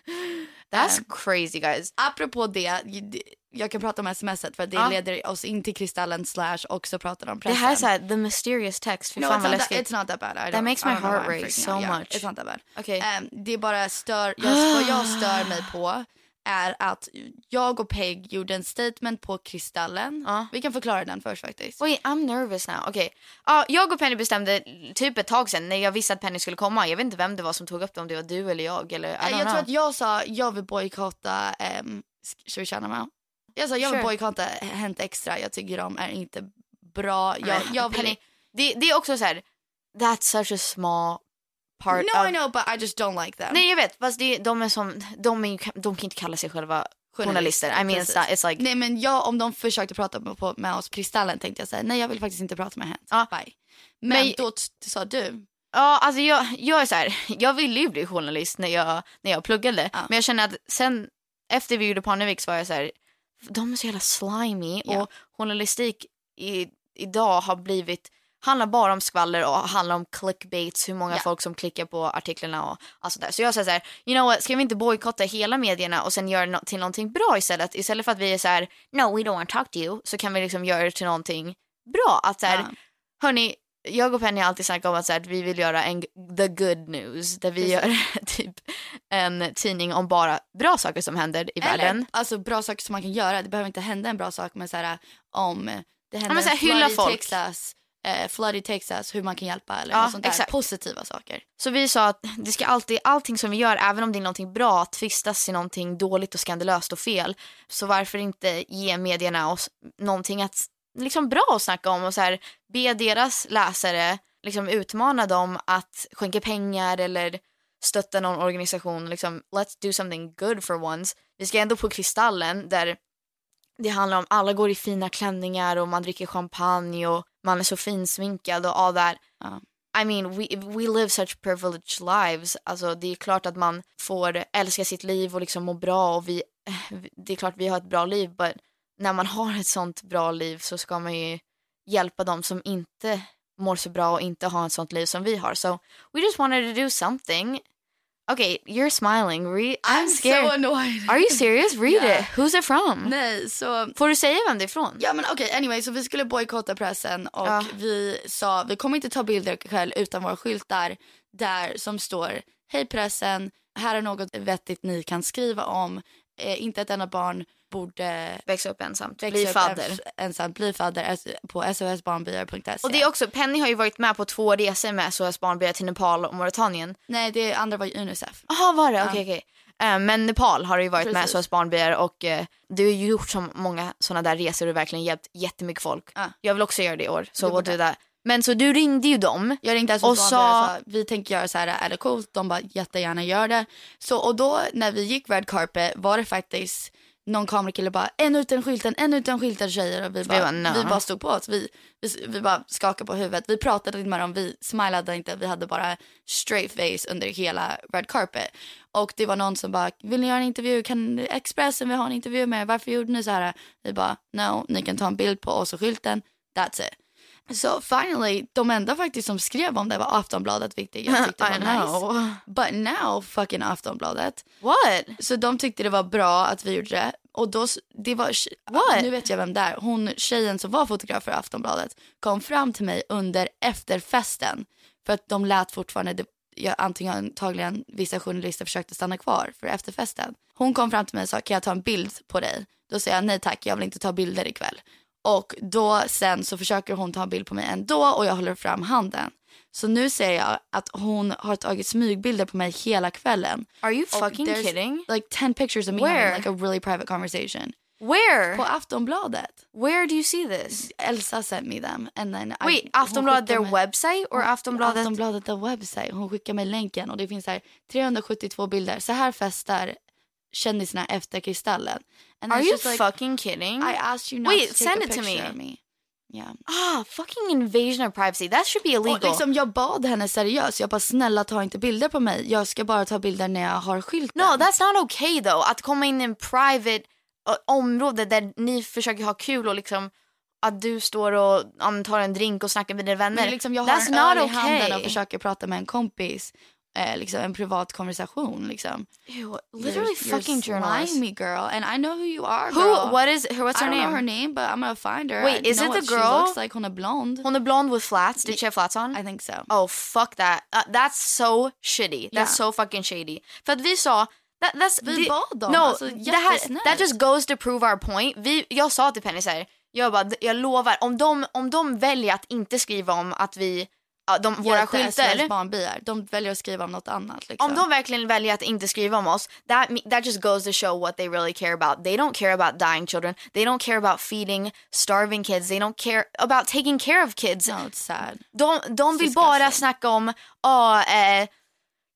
S4: That's
S6: Um,
S4: crazy guys.
S6: Apropå det, j- jag kan prata om smset för att det
S4: Ja.
S6: leder oss in till kristallen slash också pratar om
S4: Det
S6: pressen.
S4: här är såhär the mysterious text. Fy
S6: No,
S4: fan
S6: it's
S4: vad
S6: not, that,
S4: läskigt.
S6: it's not that bad. I
S4: That
S6: don't-
S4: makes
S6: I
S4: my
S6: don't know
S4: heart
S6: why I'm
S4: race
S6: freaking
S4: so
S6: out. Yeah,
S4: much.
S6: It's not that bad.
S4: Okej.
S6: Ehm, det är bara stör, jag, vad jag stör mig på är att jag och Peg gjorde en statement på Kristallen.
S4: Ja.
S6: Vi kan förklara den först faktiskt.
S4: Wait, I'm nervous now. Okej. Ja, jag och Penny bestämde typ ett tag sedan när jag visste att Penny skulle komma. Jag vet inte vem det var som tog upp det, om det var du eller jag eller I
S6: Eh,
S4: don't
S6: jag
S4: know.
S6: tror att jag sa jag vill bojkotta um, Should we shout them out? Jag sa jag vill
S4: Sure.
S6: bojkotta Hänt Extra. Jag tycker de är inte bra. Jag,
S4: Men,
S6: jag vill...
S4: Penny, det, det är också så här that's such a small part
S6: No
S4: of...
S6: I know but I just don't like them.
S4: Nej, jag vet. Fast det, de är som de, är, ju- de kan inte kalla sig själva journalister. I mean, it's,
S6: precis.
S4: not- it's like
S6: Nej men jag, om de försökte prata med, på, med oss på Kristallen tänkte jag säga nej jag vill faktiskt inte prata med Hänt.
S4: Ja.
S6: Bye. Men,
S4: Men-
S6: då t- sa du.
S4: Ja, alltså jag, jag är så här, jag ville ju bli journalist när jag, när jag pluggade.
S6: Ja.
S4: Men jag känner att sen efter vi gjorde Parnevik så var jag så här, de är så jävla slimy
S6: Ja.
S4: och journalistik i, idag har blivit, handlar bara om skvaller och handlar om clickbaits, hur många
S6: Ja.
S4: folk som klickar på artiklarna och allt sånt där. Så jag säger så här, you know what, ska vi inte bojkotta hela medierna och sen göra no- till någonting bra istället? Istället för att vi är så här, no we don't want to talk to you, så kan vi liksom göra det till någonting bra. Att så här,
S6: Ja.
S4: Hörni, jag och Penny har alltid snackat om att, så här, att vi vill göra en the good news där vi gör typ en tidning om bara bra saker som händer i världen.
S6: Eller, alltså bra saker som man kan göra. Det behöver inte hända en bra sak men så här, om det händer
S4: men så här,
S6: en flood
S4: hylla
S6: i
S4: folk.
S6: Texas, eh, flood i Texas, hur man kan hjälpa eller
S4: Ja,
S6: något sånt där.
S4: exakt.
S6: Positiva saker.
S4: Så vi sa att det ska alltid, allting som vi gör, även om det är någonting bra, tvistas i någonting dåligt och skandalöst och fel. Så varför inte ge medierna oss någonting att liksom bra att snacka om och så här, be deras läsare liksom utmana dem att skänka pengar eller stötta någon organisation. Liksom, let's do something good for once. Vi ska ändå på Kristallen där det handlar om alla går i fina klänningar och man dricker champagne och man är så finsminkad och all that.
S6: Ja.
S4: I mean, we, we live such privileged lives. Alltså, det är klart att man får älska sitt liv och liksom må bra. Och vi, eh, det är klart vi har ett bra liv, men när man har ett sånt bra liv så ska man ju hjälpa dem som inte mår så bra och inte har ett sånt liv som vi har. So we just wanted to do something. Okay, you're smiling. Re- I'm,
S6: I'm
S4: scared.
S6: so annoyed.
S4: Are you serious? Read
S6: Yeah.
S4: it. Who's it from?
S6: Nej, så
S4: Får du säga vem det är ifrån?
S6: Ja men okej, anyway, så vi skulle bojkotta pressen och
S4: Ja.
S6: vi sa vi kommer inte ta bilder själv utan våra skyltar där som står hej pressen, här är något vettigt ni kan skriva om. Eh, inte ett enda barn borde
S4: Växa upp ensamt,
S6: växa
S4: bli
S6: upp
S4: fadder.
S6: ens- ensam, bli fadder S- på sosbarnbyar.se.
S4: Och det är också, Penny har ju varit med på två resor med SOS Barnbyar till Nepal och Mauretanien.
S6: Nej, det andra var ju Unicef.
S4: Jaha, var det? Okej, okej. Eh, Men Nepal har du ju varit med
S6: Precis.
S4: SOS Barnbyar och eh, du har ju gjort så många sådana där resor och verkligen hjälpt jättemycket folk.
S6: Ja.
S4: Jag vill också göra det i år. Så
S6: Du
S4: du
S6: borde.
S4: där. Men så du ringde ju dem.
S6: Jag ringde alltså
S4: Och
S6: och
S4: sa-
S6: sa... och sa vi tänker göra så här, är det coolt? De bara jättegärna gör det. Så, och då när vi gick red carpet var det faktiskt någon kamerakille bara en utan skylten, en utan skylten tjejer och vi bara,
S4: bara, "No."
S6: vi bara stod på oss. Vi, vi, vi bara skakade på huvudet. Vi pratade inte med dem, vi smilade inte. Vi hade bara straight face under hela red carpet. Och det var någon som bara, vill ni göra en intervju? Kan Expressen vill ha en intervju med er? Varför gjorde ni så här? Vi bara, no, ni kan ta en bild på oss och skylten. That's it. Så finally, de enda faktiskt som skrev om det var Aftonbladet, vilket jag tyckte
S4: I
S6: var nice.
S4: know.
S6: But now fucking Aftonbladet.
S4: What?
S6: Så de tyckte det var bra att vi gjorde det. Och då, s- det var,
S4: What?
S6: nu vet jag vem det är. Hon, tjejen som var fotograf för Aftonbladet kom fram till mig under efterfesten. För att de lät fortfarande, det- jag, antingen antagligen vissa journalister försökte stanna kvar för efterfesten. Hon kom fram till mig och sa kan jag ta en bild på dig? Då säger jag nej tack, jag vill inte ta bilder ikväll. Och då sen så försöker hon ta en bild på mig ändå och jag håller fram handen. Så nu ser jag att hon har tagit smygbilder på mig hela kvällen.
S4: Are you
S6: Och
S4: fucking
S6: Oh, there's
S4: kidding?
S6: Like 10 pictures of me
S4: Where?
S6: having like a really private conversation.
S4: Where?
S6: På Aftonbladet.
S4: Where do you see this?
S6: Elsa sent me them. And then I-
S4: Wait,
S6: hon
S4: Aftonbladet
S6: skickade
S4: their
S6: mig-
S4: website or Aftonbladet?
S6: Mm. Aftonbladet their website. Hon skickar mig länken och det finns här 372 bilder. Så här festar kändisarna efter Kristallen. And
S4: Are
S6: it's
S4: you
S6: just like,
S4: fucking kidding?
S6: I asked you not
S4: Wait,
S6: to take
S4: send
S6: a
S4: it to
S6: picture
S4: me.
S6: of me. Yeah.
S4: Ah, fucking invasion of privacy. That should be illegal.
S6: Och liksom jag bad henne seriöst. Jag bara snälla ta inte bilder på mig. Jag ska bara ta bilder när jag har skylten.
S4: No, that's not okay though. Att komma in i en private eh, område där ni försöker ha kul och liksom att du står och ja, men tar en drink och snackar med dina vänner.
S6: Men liksom jag har
S4: that's
S6: en öl
S4: not
S6: i handen
S4: okay.
S6: och försöker prata med en kompis. Eh, liksom en privat konversation liksom.
S4: Ew, literally
S6: you're,
S4: fucking
S6: you're
S4: journalist.
S6: slimy girl and I know who you are
S4: Who?
S6: girl.
S4: What is? Her, what's
S6: I
S4: her
S6: don't
S4: name?
S6: know her name but I'm gonna find her.
S4: Wait,
S6: I
S4: is
S6: know
S4: it
S6: what
S4: the
S6: She
S4: girl?
S6: looks like hon är blond.
S4: Hon är blond with flats. Did she have flats on?
S6: I think so.
S4: Oh fuck that. Uh, that's so shitty. That's
S6: Yeah.
S4: so fucking shady. För att vi sa that, that's,
S6: Vi
S4: det-
S6: bad dem,
S4: No,
S6: alltså,
S4: det här,
S6: jättesnällt.
S4: that just goes to prove our point. Vi, jag sa till Penny så här, jag bara, jag lovar om de, om de väljer att inte skriva om att vi, ja, de, våra
S6: Hjälpte SOS
S4: skyltar.
S6: barnbyar. De väljer att skriva om något annat liksom.
S4: Om de verkligen väljer att inte skriva om oss, that, me- that just goes to show what they really care about. They don't care about dying children. They don't care about feeding starving kids. They don't care about taking care of kids.
S6: No, it's sad.
S4: De, de vill
S6: Disgusting.
S4: bara snacka om, ja, eh,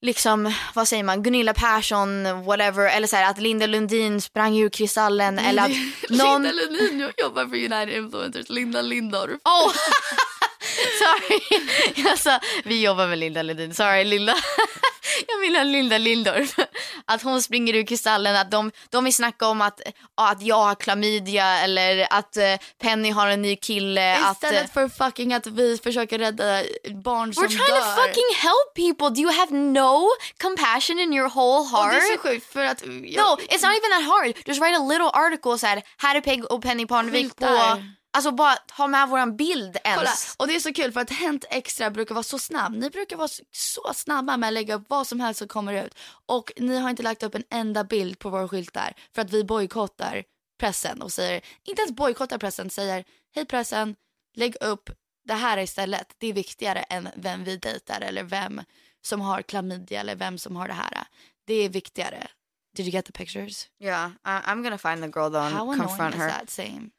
S4: liksom, vad säger man, Gunilla Persson, whatever, eller så här, att Linda Lundin sprang ur Kristallen eller att någon...
S6: Linda Lundin jobbar för United Influencers. Linda Lindorff.
S4: Oh! Sorry, alltså, vi jobbar med Linda Lundin. Sorry, Linda. Jag menar Linda Lindorff. Att hon springer ur Kristallen, att de, de vill snacka om att, ja, att jag har klamydia eller att eh, Penny har en ny kille. att, eh,
S6: Istället för fucking att vi försöker rädda barn som
S4: We're trying
S6: dör.
S4: to fucking help people. Do you have no compassion in your whole
S6: Och
S4: heart?
S6: det är så sjukt för att...
S4: no, it's not even that hard. Just write a little article så här, Harry Peg och Penny Parnevik på...
S6: Skyltar.
S4: Alltså bara ha med våran bild ens.
S6: Kolla, och det är så kul för att Hänt Extra brukar vara så snabb. Ni brukar vara så- så snabba med att lägga upp vad som helst som kommer ut. Och ni har inte lagt upp en enda bild på våra skyltar för att vi bojkottar pressen och säger, inte ens bojkottar pressen, säger hej pressen, lägg upp det här istället. Det är viktigare än vem vi dejtar eller vem som har klamydia eller vem som har det här. Det är viktigare. Did you get the pictures?
S4: Yeah, I I'm gonna find the girl though and
S6: How annoying
S4: confront
S6: is
S4: her.
S6: that? Same.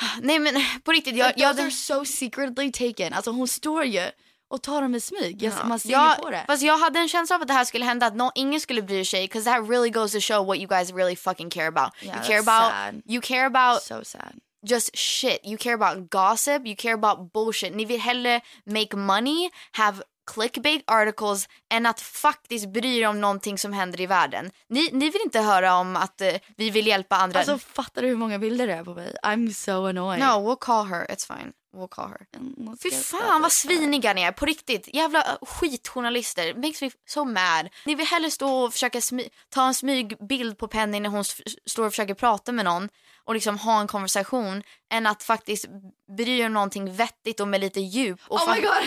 S4: Nej men på riktigt, jag...
S6: Like,
S4: jag
S6: those are so secretly taken. Alltså hon står ju och tar dem i smyg. Jag,
S4: Ja.
S6: Man ser
S4: jag,
S6: ju på det.
S4: Fast jag hade en känsla av att det här skulle hända, att nå- ingen skulle bry sig. Because that really goes to show what you guys really fucking care about.
S6: Yeah,
S4: you care
S6: that's
S4: about,
S6: sad.
S4: you care about
S6: so sad.
S4: just shit. You care about gossip. You care about bullshit. Ni vill hellre make money, have clickbait articles än att faktiskt bry er om någonting som händer i världen. Ni, ni vill inte höra om att eh, vi vill hjälpa andra.
S6: Alltså fattar du hur många bilder det är på mig? I'm so annoying.
S4: no, we'll call her. It's fine. We'll call her.
S6: Mm,
S4: Fy fan vad sviniga ni är, på riktigt. Jävla äh, skitjournalister. Makes me so mad. Ni vill hellre stå och försöka smy- ta en smygbild på Penny när hon s- står och försöker prata med någon och liksom ha en konversation än att faktiskt bry er om någonting vettigt och med lite djup. Och
S6: Oh
S4: fa-
S6: my god.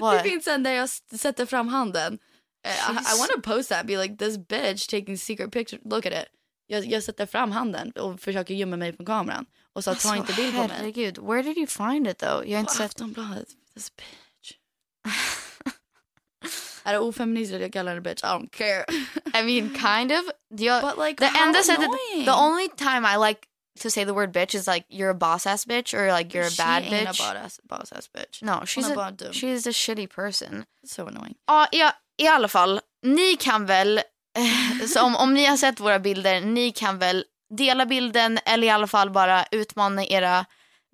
S4: What?
S6: det finns en där jag s- sätter fram handen. Eh, I, I want to post that. Be like this bitch taking secret picture. Look at it. Jag, jag sätter fram handen och försöker gömma mig från kameran. Och så
S4: Alltså,
S6: ta inte bild på mig.
S4: herregud, where did you find it though? Jag har inte
S6: På
S4: sett...
S6: Aftonbladet. This bitch. är det ofeministiskt att jag kallar henne bitch? I don't care.
S4: I mean kind of. Jag,
S6: But, like,
S4: the
S6: how
S4: enda sättet,
S6: annoying.
S4: the only time I like to say the word bitch is like you're a boss ass bitch or like you're a bad
S6: She ain't
S4: bitch.
S6: a badass, badass bitch.
S4: No, she's
S6: Hon är
S4: a,
S6: bara dum.
S4: she's a shitty person.
S6: So annoying.
S4: Ja, i, i alla fall. Ni kan väl, eh, så om, om ni har sett våra bilder, ni kan väl dela bilden eller i alla fall bara utmana era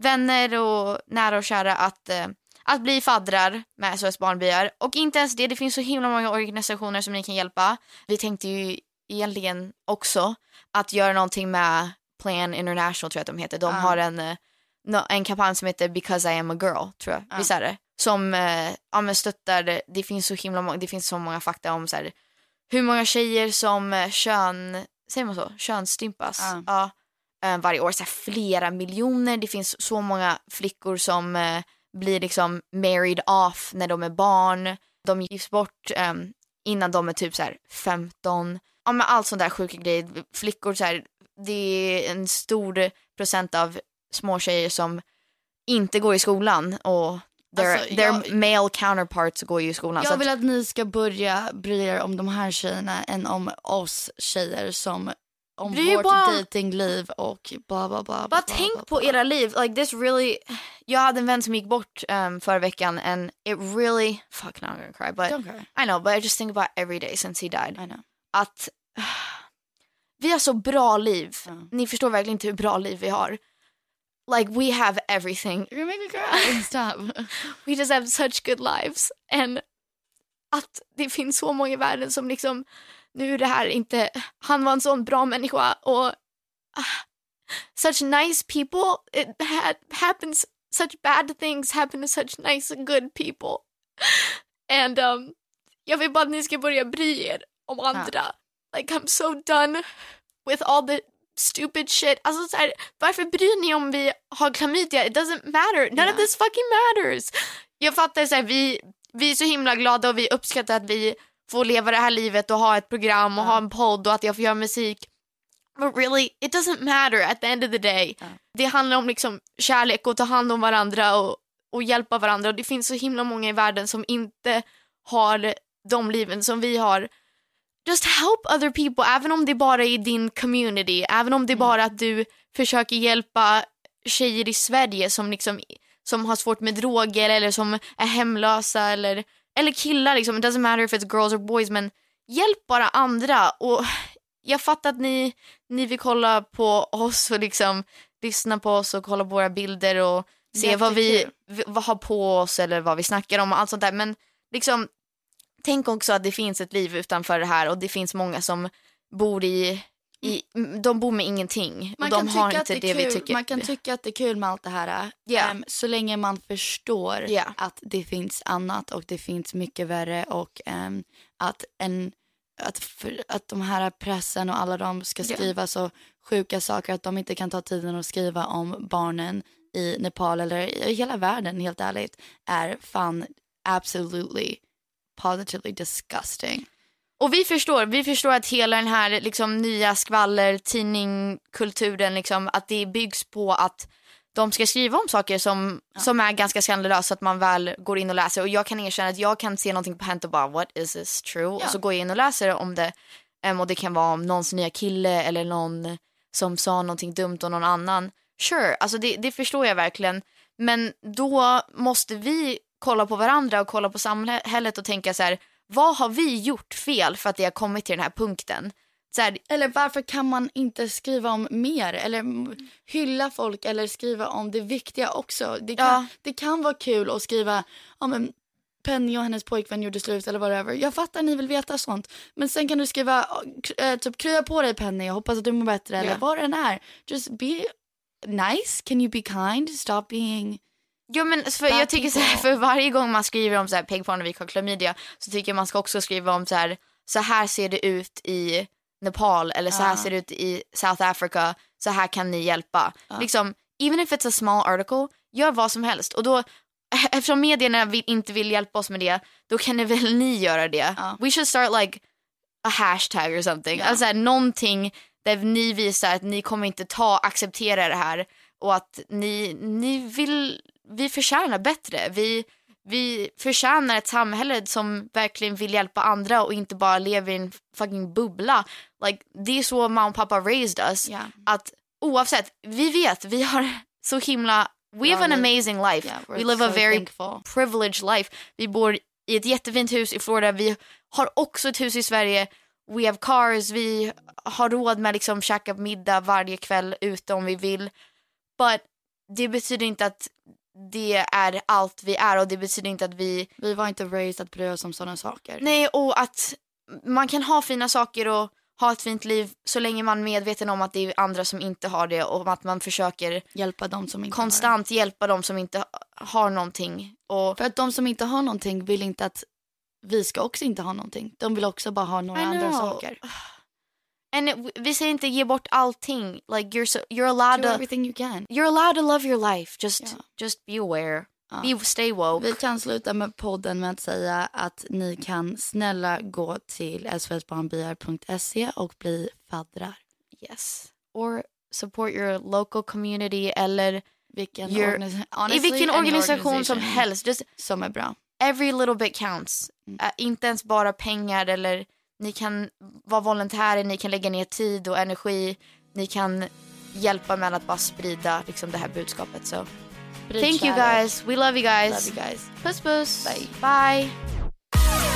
S4: vänner och nära och kära att, eh, att bli faddrar med SOS Barnbyar. Och inte ens det, det finns så himla många organisationer som ni kan hjälpa. Vi tänkte ju egentligen också att göra någonting med Plan International tror jag att de heter. De
S6: Ja.
S4: har en, eh, nå- en kampanj som heter Because I am a girl, tror jag.
S6: Ja.
S4: Visst är det? Som eh, ja, men stöttar, det finns så himla många, det finns så många fakta om så här, hur många tjejer som eh, kön, säger man så, könsstympas
S6: Ja.
S4: ja, eh, varje år. Så här, flera miljoner, det finns så många flickor som eh, blir liksom married off när de är barn. De gifts bort eh, innan de är typ så här 15. Ja men allt sånt där sjuka grejer. Flickor så här, det är en stor procent av små tjejer som inte går i skolan och their,
S6: Alltså, jag-
S4: their male counterparts går ju i skolan. Så
S6: Jag
S4: Alltså att-
S6: vill att ni ska börja bry er om de här tjejerna än om oss tjejer som om
S4: Bry er
S6: vårt
S4: bara om-
S6: datingliv och bla bla bla.
S4: Bara tänk på era liv. Like this really... Jag hade en vän som gick bort um, förra veckan and it really... Fuck, now I'm gonna cry. But
S6: Don't cry.
S4: I know, but I just think about every day since he died.
S6: I know.
S4: Att vi har så bra liv.
S6: Ja.
S4: Ni förstår verkligen inte hur bra liv vi har. Like we have everything.
S6: You're gonna make me cry. Stop.
S4: We just have such good lives. And att det finns så många i världen som liksom... Nu är det här inte... Han var en sån bra människa och such nice people. It had happens such bad things happen to such nice and good people. And um, jag vill bara att ni ska börja bry er om andra. Like I'm so done with all the stupid shit. Alltså så här, varför bryr ni om vi har klamydia? It doesn't matter. None of
S6: Ja.
S4: this fucking matters. Jag fattar så här, vi, vi är så himla glada och vi uppskattar att vi får leva det här livet och ha ett program och ha en podd och att jag får göra musik. But really, it doesn't matter at the end of the day. Det handlar om liksom kärlek och ta hand om varandra och, och hjälpa varandra. Och det finns så himla många i världen som inte har de liven som vi har. Just help other people, även om det bara är i din community, även om det bara är att du försöker hjälpa tjejer i Sverige som, liksom, som har svårt med droger eller som är hemlösa eller, eller killar. Liksom. It doesn't matter if it's girls or boys, men hjälp bara andra. Och jag fattar att ni, ni vill kolla på oss och liksom lyssna på oss och kolla på våra bilder och se vad vi, vi vad har på oss eller vad vi snackar om och allt sånt där. Men liksom, tänk också att det finns ett liv utanför det här och det finns många som bor i, i de bor med ingenting.
S6: Man
S4: och de
S6: kan
S4: har
S6: tycka
S4: inte
S6: att
S4: det,
S6: det är
S4: vi
S6: kul.
S4: tycker.
S6: Man kan tycka att det är kul med allt det här.
S4: Ja.
S6: ehm, så länge man förstår
S4: Ja.
S6: att det finns annat och det finns mycket värre och ehm, att, en, att, för, att de här pressen och alla de ska
S4: Ja.
S6: skriva så sjuka saker att de inte kan ta tiden att skriva om barnen i Nepal eller i hela världen helt ärligt är fan absolutely positively disgusting.
S4: Och vi förstår, vi förstår att hela den här liksom, nya skvallertidningkulturen, liksom, att det byggs på att de ska skriva om saker som, som är ganska skandalösa så att man väl går in och läser. Och jag kan erkänna att jag kan se någonting på Hent och bara what is this true? Och så går jag in och läser om det. Em, och det kan vara om någons nya kille eller någon som sa någonting dumt om någon annan. Sure, alltså det, det förstår jag verkligen. Men då måste vi kolla på varandra och kolla på samhället och tänka så här, vad har vi gjort fel för att det har kommit till den här punkten? Så här,
S6: Eller varför kan man inte skriva om mer eller m- hylla folk eller skriva om det viktiga också? Det kan,
S4: Ja.
S6: det kan vara kul att skriva ja, men Penny och hennes pojkvän gjorde slut eller whatever. Jag fattar ni vill veta sånt. Men sen kan du skriva k- eh, typ krya på dig Penny, jag hoppas att du mår bättre eller
S4: Ja.
S6: vad det än är. Just be nice, can you be kind, stop being...
S4: Jo men för
S6: Bad
S4: jag tycker så här,
S6: people.
S4: för varje gång man skriver om så här Peg Parnevik har klamydia så tycker jag man ska också skriva om så här, så här ser det ut i Nepal eller så här ser det ut i South Africa, så här kan ni hjälpa. Liksom, even if it's a small article, gör vad som helst. Och då, eftersom medierna vill, inte vill hjälpa oss med det, då kan det väl ni göra det.
S6: Ja.
S4: We should start like a hashtag or something. Alltså här, någonting där ni visar att ni kommer inte ta, acceptera det här och att ni, ni vill, vi förtjänar bättre. Vi, vi förtjänar ett samhälle som verkligen vill hjälpa andra och inte bara lever i en fucking bubbla. Like, det är så mamma och pappa raised us.
S6: Ja.
S4: Att oavsett, vi vet, vi har så himla, we have an
S6: liv.
S4: amazing life.
S6: Yeah, we're
S4: we live a
S6: so
S4: very
S6: thankful.
S4: privileged life. Vi bor i ett jättefint hus i Florida. Vi har också ett hus i Sverige. We have cars. Vi har råd med liksom käka middag varje kväll ute om vi vill. But det betyder inte att det är allt vi är och det betyder inte att vi...
S6: Vi var inte raised att bry oss om sådana saker.
S4: Nej, och att man kan ha fina saker och ha ett fint liv så länge man är medveten om att det är andra som inte har det och att man försöker
S6: Hjälpa dem som inte har det.
S4: konstant hjälpa dem som inte har någonting. Och
S6: För att de som inte har någonting vill inte att vi ska också inte ha någonting. De vill också bara ha några
S4: I
S6: andra
S4: know.
S6: saker.
S4: And it, vi säger inte ge bort allting. Like you're so, you're allowed
S6: Do
S4: to
S6: everything you can.
S4: you're allowed to love your life. Just
S6: Ja.
S4: just be aware.
S6: Ja.
S4: Be stay woke.
S6: Uh, Vi kan sluta med podden med att säga att ni kan snälla gå till svsbarnbyar.se e och bli faddrar.
S4: Yes. Or support your local community eller
S6: Vilken
S4: your,
S6: organisa-
S4: i
S6: honestly,
S4: vilken
S6: any
S4: organisation
S6: organization
S4: som helst. Just
S6: Som är bra.
S4: every little bit counts.
S6: Mm.
S4: Eh, inte ens bara pengar eller ni kan vara volontärer, ni kan lägga ner tid och energi. Ni kan hjälpa med att bara sprida liksom, det här budskapet. Så
S6: Sprid
S4: thank you
S6: kärlek.
S4: guys. We love you guys.
S6: Love you guys.
S4: Puss puss.
S6: Bye.
S4: Bye.